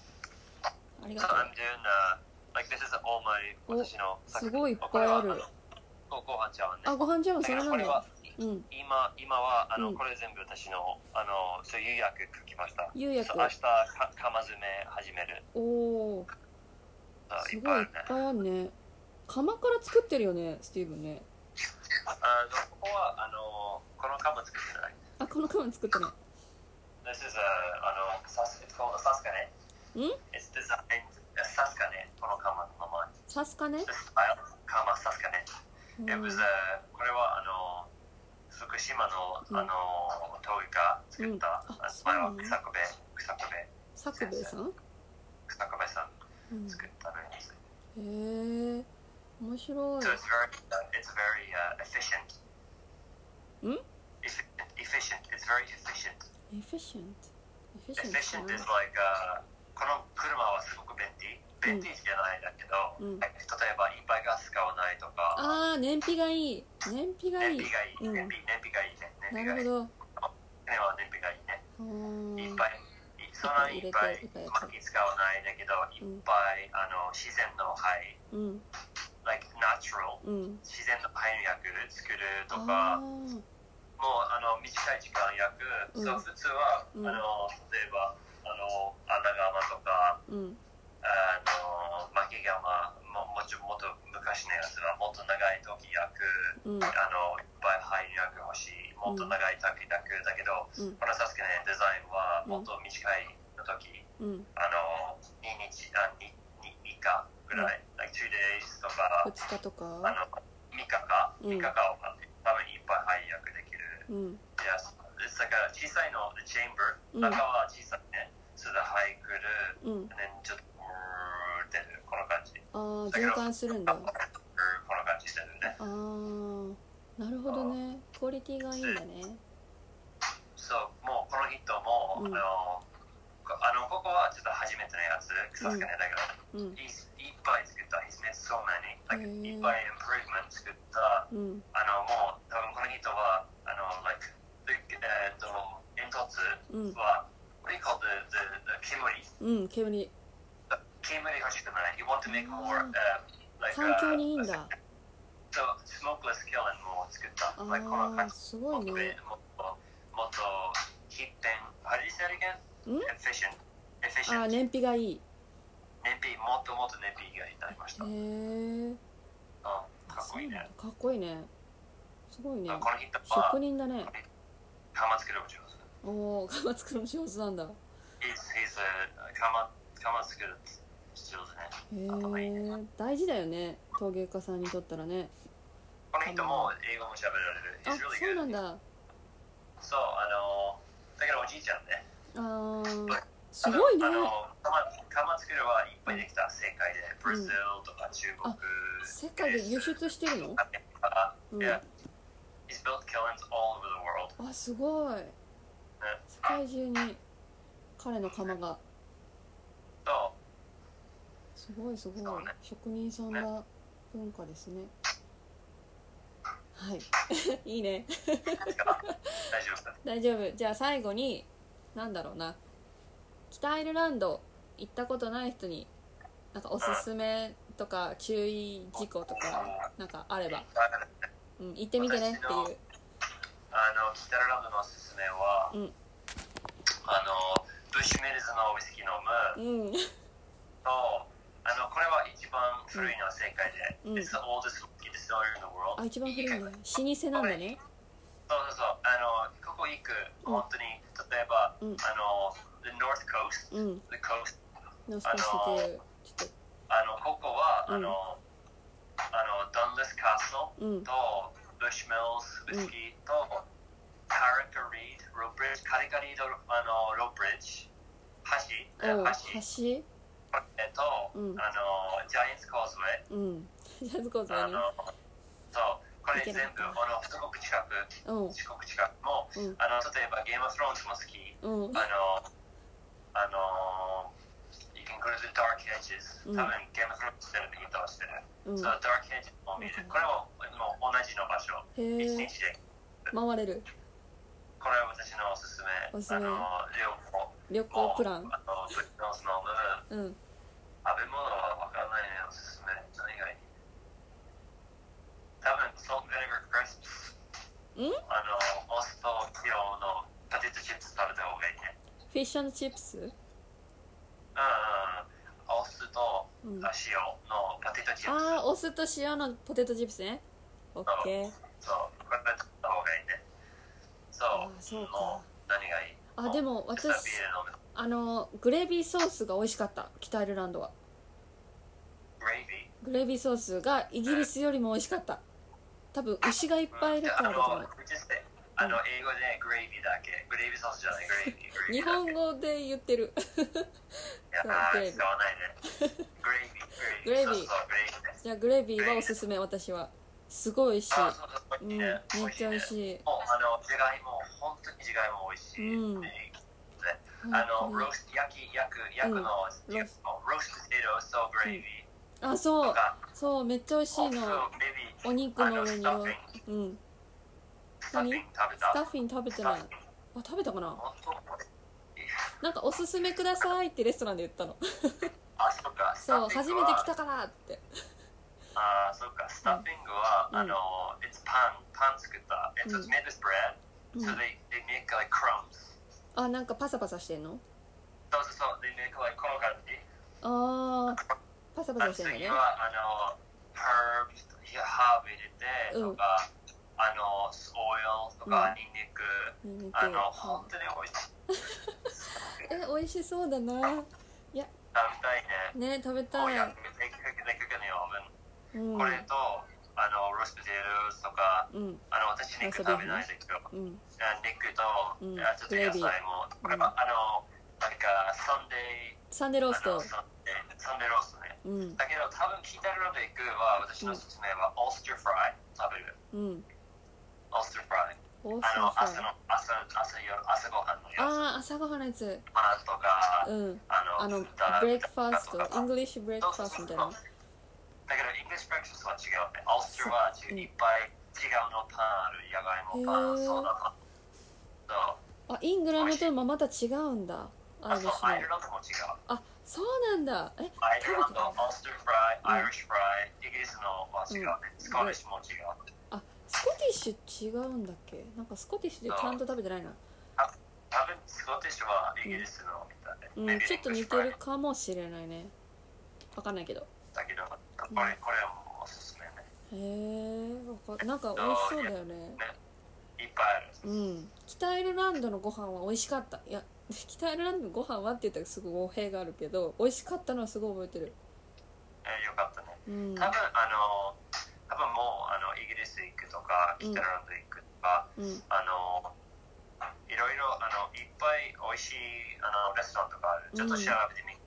Speaker 1: あり
Speaker 2: So
Speaker 1: がとう
Speaker 2: I'm doing, uh, like this is all my
Speaker 1: お、
Speaker 2: 私の
Speaker 1: すごいいっぱいあるあご飯茶碗それなんだうんうん。
Speaker 2: これは今今はあのこれ全部私のあのそう予約書きました。
Speaker 1: 釉薬
Speaker 2: 明日か釜詰め始める。
Speaker 1: おおーすごいいっぱいあるね釜から作ってるよねスティーブンね
Speaker 2: あのここはあのこの釜作ってない。
Speaker 1: あこの釜作ってない
Speaker 2: This is a あのサス it's called a サ
Speaker 1: ん
Speaker 2: It's designed uh, Sasukane, この釜の名前。
Speaker 1: さすかね
Speaker 2: The style, 釜、
Speaker 1: う
Speaker 2: Sasukane.
Speaker 1: ん
Speaker 2: It was a これはあの福島の
Speaker 1: うん
Speaker 2: あの陶芸家作った、
Speaker 1: うんあ
Speaker 2: あ
Speaker 1: そう
Speaker 2: 前
Speaker 1: な
Speaker 2: は
Speaker 1: の
Speaker 2: 草壁草壁
Speaker 1: 佐久兵衛さん、
Speaker 2: 草壁さん
Speaker 1: うん、へ
Speaker 2: 作ったのに、
Speaker 1: え面白い
Speaker 2: so it's very it's very、uh, efficient
Speaker 1: ん
Speaker 2: efficient efficient it's very efficient
Speaker 1: エフィシェントエフィシェン
Speaker 2: efficient
Speaker 1: ト
Speaker 2: is like、uh, この車はすごく便利便利じゃないんだけど、
Speaker 1: うん
Speaker 2: 例えばいっぱいガス使わないとか
Speaker 1: ああー燃費がいい燃費がいい
Speaker 2: 燃費がいい、
Speaker 1: うん
Speaker 2: 燃費燃費がいいね
Speaker 1: な
Speaker 2: 燃費がい
Speaker 1: る
Speaker 2: い
Speaker 1: ほど
Speaker 2: 船は燃費がい
Speaker 1: あ
Speaker 2: いね
Speaker 1: ー
Speaker 2: いっぱい、そんなにいっぱい、
Speaker 1: いっぱい入れていっぱいやっちゃう
Speaker 2: 薪使わないんだけど、いっぱい、あの、自然の灰、
Speaker 1: うん
Speaker 2: like natural、
Speaker 1: うん
Speaker 2: 自然の灰の薬作ると
Speaker 1: あ
Speaker 2: か、
Speaker 1: ー
Speaker 2: もう、あの、短い時間薬、
Speaker 1: うん
Speaker 2: そう、普通は、
Speaker 1: うん
Speaker 2: あの、例えば、あの、穴窯とか、
Speaker 1: うん
Speaker 2: あの、薪窯、も、もちろんもっと昔のやつは、もっと長い時薬、
Speaker 1: うん
Speaker 2: あの、いっぱい灰の薬欲しい、もっと長い時薬だけど、
Speaker 1: うん
Speaker 2: このサスケのデザインは、もっと短い時、
Speaker 1: うん
Speaker 2: あの、2日、あ、2、2、3日ぐらい、like two days とか、
Speaker 1: 2日と
Speaker 2: あ
Speaker 1: か
Speaker 2: の、3日か、
Speaker 1: うん
Speaker 2: 3日かをためにいっぱい配役でき
Speaker 1: う
Speaker 2: る。
Speaker 1: ん
Speaker 2: いや、だから小さいの、チェン
Speaker 1: うん
Speaker 2: バー、中は小さいね、それで入くる、
Speaker 1: うん
Speaker 2: ね、ちょっと、うーってる、この感じ。
Speaker 1: あー循環するんだ
Speaker 2: うーこの感じしてるね。
Speaker 1: あーなるほどねクオリティがいいんだね
Speaker 2: そう、もうこの人も、
Speaker 1: うん
Speaker 2: あの、こあの、ここはちょっと初めてのやつ、草すかねだけど、
Speaker 1: うん
Speaker 2: He's, いっぱい作った。He's made so many. Like,
Speaker 1: へー
Speaker 2: いっぱい improvement 作った。
Speaker 1: うん
Speaker 2: あの、もう、多分この人は、あの、like, the, えーっと、煙突
Speaker 1: うん
Speaker 2: は、what do you call the, the, the 煙
Speaker 1: うん煙
Speaker 2: 煙欲しくない。You want to make more,
Speaker 1: あー
Speaker 2: uh, like,
Speaker 1: 環境にいいん
Speaker 2: uh,
Speaker 1: だ
Speaker 2: so, smokeless kiln も作った。
Speaker 1: あ
Speaker 2: like, この
Speaker 1: ー
Speaker 2: 感じ。
Speaker 1: す
Speaker 2: も
Speaker 1: ご
Speaker 2: っ
Speaker 1: い
Speaker 2: と
Speaker 1: ね、
Speaker 2: もっと、もっと、heat then, how do you say it again?
Speaker 1: ん
Speaker 2: efficient.
Speaker 1: あー
Speaker 2: efficient.
Speaker 1: 燃費がいい
Speaker 2: 燃費、もっともっと燃費がいいになりました。
Speaker 1: へ
Speaker 2: うん、
Speaker 1: え
Speaker 2: か
Speaker 1: あ
Speaker 2: っ
Speaker 1: そ
Speaker 2: こ
Speaker 1: う
Speaker 2: いい
Speaker 1: なんだ
Speaker 2: ね。
Speaker 1: かっこいいねすごいね
Speaker 2: この人は
Speaker 1: 職、人だね
Speaker 2: 釜作りも上手。
Speaker 1: おお釜作るの上手なんだへ
Speaker 2: He's, he's a 釜釜作る上手ね。頭いい
Speaker 1: え大事だよね陶芸家さんにとったらね
Speaker 2: この人も英語も喋られる。
Speaker 1: あそ
Speaker 2: He's
Speaker 1: うな
Speaker 2: really
Speaker 1: ん
Speaker 2: good.
Speaker 1: だ
Speaker 2: そう、あの、だからおじいちゃんね。
Speaker 1: あーすごいね
Speaker 2: あの、釜釜作りはいっぱいできた、世界で。ブラジルとか中国。
Speaker 1: 世界で輸出してるの
Speaker 2: アメリカ。
Speaker 1: うん
Speaker 2: Yeah. He's built kilns all over the world.
Speaker 1: あすごい世界中に彼の釜が
Speaker 2: そ
Speaker 1: す
Speaker 2: う。
Speaker 1: ごいすごい
Speaker 2: そうね
Speaker 1: 職人さんな文化ですねはいいい ね
Speaker 2: 大丈夫です。
Speaker 1: 大丈夫じゃあ最後になんだろうな北アイルランド行ったことない人になんかおすすめとか注意事項とかなんかあれば、うん、行ってみてねっていう
Speaker 2: あの、キタラランドのおすすめは、
Speaker 1: うん
Speaker 2: あの、ブッシュミルズのウイスキー飲
Speaker 1: う
Speaker 2: む
Speaker 1: ん
Speaker 2: と、あの、これは一番古いのは世界で、
Speaker 1: うん
Speaker 2: It's the oldest whiskey distillery in the world.
Speaker 1: あ一番古いね老舗なんだね
Speaker 2: そうそうそう、あの、ここ行く、
Speaker 1: うん
Speaker 2: 本当に、例えば、
Speaker 1: うん
Speaker 2: あの、the North Coast,
Speaker 1: うん
Speaker 2: the coast,
Speaker 1: ノスコシっていうちょっ
Speaker 2: あの、ここは、
Speaker 1: うん
Speaker 2: あの、あの、ダンレスカッソ
Speaker 1: とうん
Speaker 2: と、ブッシュミルズウイスキーと、カリカリード、ローブリッジ、カリカリード、あの、ローブリッジ、橋、
Speaker 1: おう
Speaker 2: 橋。
Speaker 1: 橋
Speaker 2: えっと、
Speaker 1: うん
Speaker 2: あのジャイアンツコースウェイ、
Speaker 1: うん ジャズコース
Speaker 2: あ
Speaker 1: だね
Speaker 2: のそうこれ
Speaker 1: いけ
Speaker 2: 全
Speaker 1: なかっ
Speaker 2: 部
Speaker 1: た
Speaker 2: あの四国近く
Speaker 1: うん
Speaker 2: 四国近くも
Speaker 1: うん
Speaker 2: あの例えばゲームオブスローンズも好き
Speaker 1: うん
Speaker 2: あのあの You can go to the dark edges
Speaker 1: うん
Speaker 2: 多分ゲームオブスローンズしてる人はしてる、
Speaker 1: うん
Speaker 2: そうダークエッジも見るこれももう同じの場所
Speaker 1: へ
Speaker 2: 一
Speaker 1: え
Speaker 2: 日で
Speaker 1: 回れる
Speaker 2: これは私のおすすめ
Speaker 1: おすすめ
Speaker 2: あの両方
Speaker 1: 旅行プラン
Speaker 2: あのブリノスの食
Speaker 1: うん
Speaker 2: べ物はわからないねおすすめ何がいい多分ソングネガークリスプ
Speaker 1: ん
Speaker 2: あのオスとキロのポテトチップス食べた方がいいね
Speaker 1: フィッシュチップス
Speaker 2: うんうんオスと
Speaker 1: うん
Speaker 2: あ塩のポテトチップ
Speaker 1: ああお酢と塩のポテトチップスねオッケー
Speaker 2: スそうこれ食べた方がいいねそ
Speaker 1: あ
Speaker 2: う
Speaker 1: ーそうか
Speaker 2: もう何がいい
Speaker 1: あで
Speaker 2: も
Speaker 1: も
Speaker 2: う
Speaker 1: 私
Speaker 2: ビール飲む
Speaker 1: あのグレービーソースが美味しかった北アイルランドは
Speaker 2: Gravy.
Speaker 1: グレービーソースがイギリスよりも美味しかった多分牛がいっぱいいるからだと思う
Speaker 2: あの、うちで、あの、英語でグレイビーだけ。グレイビーソースじゃない、グレイビー、グレイビーだけ。
Speaker 1: 日本語で言ってる
Speaker 2: いやー、
Speaker 1: グレイビー。
Speaker 2: 使わないね。グレイビー、
Speaker 1: グレイビー。
Speaker 2: そうそう、グレイビーね。
Speaker 1: じゃあグレービーはおすすめ私はすごい美味しい、
Speaker 2: あ、そうそう、
Speaker 1: うん、めっちゃ美味しい
Speaker 2: もう、あの、じゃがいも、本当にじゃがいも美味しい。
Speaker 1: うん。
Speaker 2: あの、
Speaker 1: 本
Speaker 2: roast 焼き、焼く、焼くの、
Speaker 1: うん
Speaker 2: 焼くの roast potato, so gravy
Speaker 1: 当にあそ
Speaker 2: と
Speaker 1: う
Speaker 2: か、
Speaker 1: そうめっちゃ美味しい
Speaker 2: also
Speaker 1: の
Speaker 2: maybe
Speaker 1: お肉の上に
Speaker 2: あの
Speaker 1: は
Speaker 2: ス
Speaker 1: うん
Speaker 2: スタッフィン
Speaker 1: 何
Speaker 2: 食べ
Speaker 1: ス
Speaker 2: た
Speaker 1: タッフィン食べてないあ食べたかな
Speaker 2: 本当
Speaker 1: なんかおすすめくださいってレストランで言ったの
Speaker 2: あ、そっか、スタ
Speaker 1: そう
Speaker 2: ッフィ
Speaker 1: 初
Speaker 2: ング
Speaker 1: めて
Speaker 2: は
Speaker 1: 来たからって
Speaker 2: あー、そっか、スタッフィングは、
Speaker 1: うん
Speaker 2: あの、it's パン、パン作った。It's
Speaker 1: うん
Speaker 2: made with bread,
Speaker 1: うん
Speaker 2: so they, they make like crumbs.
Speaker 1: あなんかパサパサしてんの
Speaker 2: そうそうそう、they make like この感じ。
Speaker 1: あーパサパ
Speaker 2: あ
Speaker 1: サしてんだ
Speaker 2: 次
Speaker 1: ね
Speaker 2: はあの herbs いやハーブ入れてとか、あの oil とか、
Speaker 1: うん
Speaker 2: ニンニク
Speaker 1: ニンニク
Speaker 2: あの
Speaker 1: は
Speaker 2: 本当に美味し
Speaker 1: い
Speaker 2: い
Speaker 1: え美味しそうだな
Speaker 2: 食べたいね
Speaker 1: ね食べ
Speaker 2: こ
Speaker 1: た
Speaker 2: うや
Speaker 1: い
Speaker 2: ってできるだけの
Speaker 1: うん
Speaker 2: オーブンこれとあのロスポテールとか
Speaker 1: うん
Speaker 2: あの私肉食べないんだけど
Speaker 1: うん
Speaker 2: あ肉と、
Speaker 1: うん
Speaker 2: あちょっと野菜もこれは、あのなんかサンデー
Speaker 1: サンデーロース
Speaker 2: あの
Speaker 1: ト
Speaker 2: サンデーサンデーローストね
Speaker 1: うん
Speaker 2: だけど多分北アイルランド行くは私のおすすめは、オースターフライ食べる
Speaker 1: うん
Speaker 2: オースターフライ
Speaker 1: オース
Speaker 2: あ
Speaker 1: タ
Speaker 2: の
Speaker 1: ーフ
Speaker 2: 朝
Speaker 1: ライ
Speaker 2: の朝朝夜朝ごはんのや
Speaker 1: あ
Speaker 2: つ
Speaker 1: ー朝ごはんのやつ
Speaker 2: パンとか
Speaker 1: うん
Speaker 2: あ
Speaker 1: あ
Speaker 2: の
Speaker 1: の
Speaker 2: 豚
Speaker 1: ブレックファースト
Speaker 2: 豚とか
Speaker 1: イングリッシュブレックファーストみたいな
Speaker 2: そうそうそうだけどイングリッシュブレックファーストは違うねオーストは
Speaker 1: うん
Speaker 2: いっぱい違うのパンある野外のパン
Speaker 1: へー
Speaker 2: そうだなそ
Speaker 1: あ
Speaker 2: う
Speaker 1: イングランドともまた違うんだア
Speaker 2: あ
Speaker 1: イリッ
Speaker 2: と
Speaker 1: シュ
Speaker 2: アイ
Speaker 1: の
Speaker 2: ルランドも違う
Speaker 1: あそうなんだえ
Speaker 2: アイルラン
Speaker 1: 食べて
Speaker 2: ド
Speaker 1: た
Speaker 2: オーストフライ
Speaker 1: うん
Speaker 2: アイリッシュフライイギリスのは違うね
Speaker 1: うん
Speaker 2: スコティッシュも違う
Speaker 1: あスコティッシュ違うんだっけなんかスコティッシュでちゃんと食べてないな
Speaker 2: 多分スコティッシュはイギリスのみたいね
Speaker 1: うんちょっと似てるかもしれないねわかんないけど
Speaker 2: だけどこれこれもおすすめ
Speaker 1: へえ
Speaker 2: ね
Speaker 1: わかなんか美味しそうだよね
Speaker 2: いっぱいある
Speaker 1: うん北アイルランドのご飯は美味しかったいや 北アイルランドのご飯はって言ったらすごい語弊があるけど美味しかったのはすごい覚えてる
Speaker 2: えーよかったね
Speaker 1: うん
Speaker 2: 多分あの多分もうあのイギリス行くとか
Speaker 1: うん
Speaker 2: 北アイルランド行くとか、
Speaker 1: うん
Speaker 2: あのいろいろあのいっぱい美味しいあのレストランとかあるちょっと調べてみて、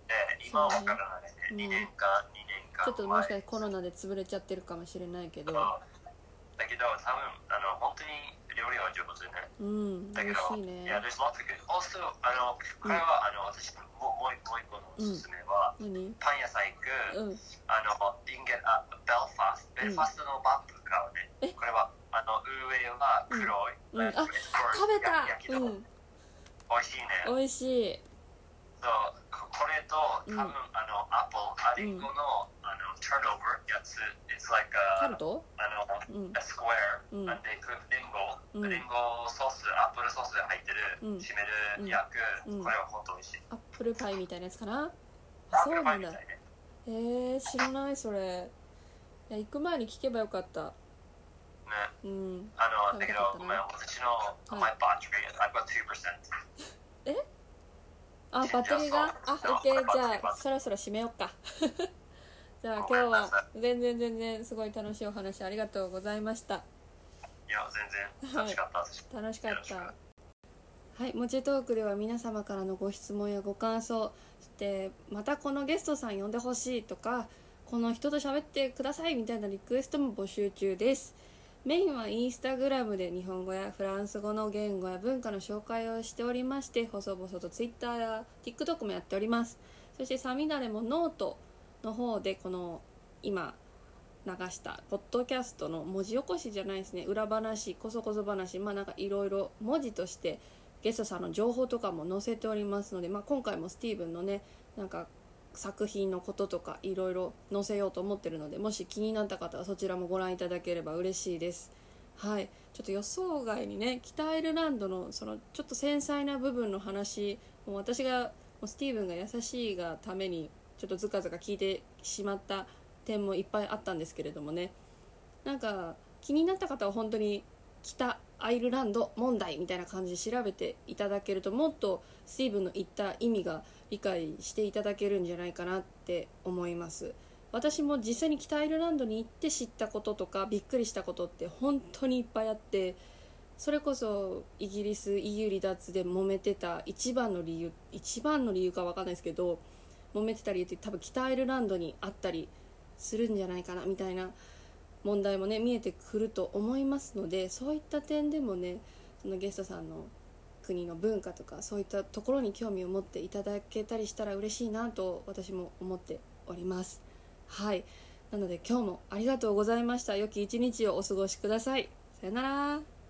Speaker 2: 今は分からないね、
Speaker 1: うん
Speaker 2: 2年間2年間
Speaker 1: ちょっともしかして
Speaker 2: 前
Speaker 1: コロナで潰れちゃってるかもしれないけど
Speaker 2: そうだけど多分あの本当に料理は上手ね
Speaker 1: うん
Speaker 2: だ
Speaker 1: 美
Speaker 2: け
Speaker 1: 味しい
Speaker 2: ど yeah
Speaker 1: ね
Speaker 2: there's lots of good also あのこれは、あの私ももうもう一個のおすすめは、
Speaker 1: 何
Speaker 2: パン屋さん行
Speaker 1: うん
Speaker 2: く、あの、インゲあ、ベルファースト、ベルファーストのバッグ買う
Speaker 1: え
Speaker 2: ね。これは、あの、上は黒い。
Speaker 1: うんうんあ
Speaker 2: これ
Speaker 1: 食べた
Speaker 2: 焼き
Speaker 1: う
Speaker 2: の、
Speaker 1: ん
Speaker 2: 美味しいね。そう、
Speaker 1: 美味しい
Speaker 2: ここれと、多
Speaker 1: うん
Speaker 2: 分、あの、アップル、アリンゴの、あの、ターンオーバーやつ、it's like
Speaker 1: タ
Speaker 2: a,
Speaker 1: ルト
Speaker 2: あの、
Speaker 1: うん
Speaker 2: a square、
Speaker 1: うん
Speaker 2: and they put リンゴ、
Speaker 1: うん
Speaker 2: リンゴソース、アップルソースが入って
Speaker 1: うん
Speaker 2: る、締め
Speaker 1: うん
Speaker 2: る、焼く、
Speaker 1: うん
Speaker 2: これは本当美味しい。
Speaker 1: アップルパイみたいなやつかなあ
Speaker 2: アッ
Speaker 1: そ
Speaker 2: プ
Speaker 1: う
Speaker 2: ルパ
Speaker 1: な
Speaker 2: イ
Speaker 1: ん
Speaker 2: み
Speaker 1: だ
Speaker 2: たいね。
Speaker 1: えー、知らないそれいや行く前に聞けばよかった
Speaker 2: ね。
Speaker 1: うん
Speaker 2: あの、
Speaker 1: 食べ
Speaker 2: だけ
Speaker 1: たかっ、たな
Speaker 2: どごめん、私の、my battery, I've got 2%。
Speaker 1: あバッテリーがあオッケーじゃあそろそろ締めよう かじゃあ今日は全然全然すごい楽しいお話ありがとうございました
Speaker 2: いや、全然楽しかったです。
Speaker 1: 楽しかったはい「もちトーク」では皆様からのご質問やご感想そしてまたこのゲストさん呼んでほしいとかこの人と喋ってくださいみたいなリクエストも募集中ですメインはインスタグラムで日本語やフランス語の言語や文化の紹介をしておりまして細々とツイッターや TikTok もやっておりますそしてサミダレもノートの方でこの今流したポッドキャストの文字起こしじゃないですね裏話こそこそ話まあなんかいろいろ文字としてゲストさんの情報とかも載せておりますので、まあ、今回もスティーブンのねなんか作品のこととかいろいろ載せようと思ってるのでもし気になった方はそちらもご覧いただければ嬉しいですはいちょっと予想外にね北アイルランドのそのちょっと繊細な部分の話もう私がもうスティーブンが優しいがためにちょっとずかずか聞いてしまった点もいっぱいあったんですけれどもねなんか気になった方は本当に北アイルランド問題みたいな感じで調べていただけるともっとスティーブンの言った意味が理解していただけるんじゃないかなって思います私も実際に北アイルランドに行って知ったこととかびっくりしたことって本当にいっぱいあってそれこそイギリス EU 離脱で揉めてた一番の理由一番の理由か分かんないですけど揉めてた理由って多分北アイルランドにあったりするんじゃないかなみたいな問題もね見えてくると思いますのでそういった点でもねそのゲストさんの国の文化とかそういったところに興味を持っていただけたりしたら嬉しいなと私も思っておりますはいなので今日もありがとうございました良き一日をお過ごしくださいさよなら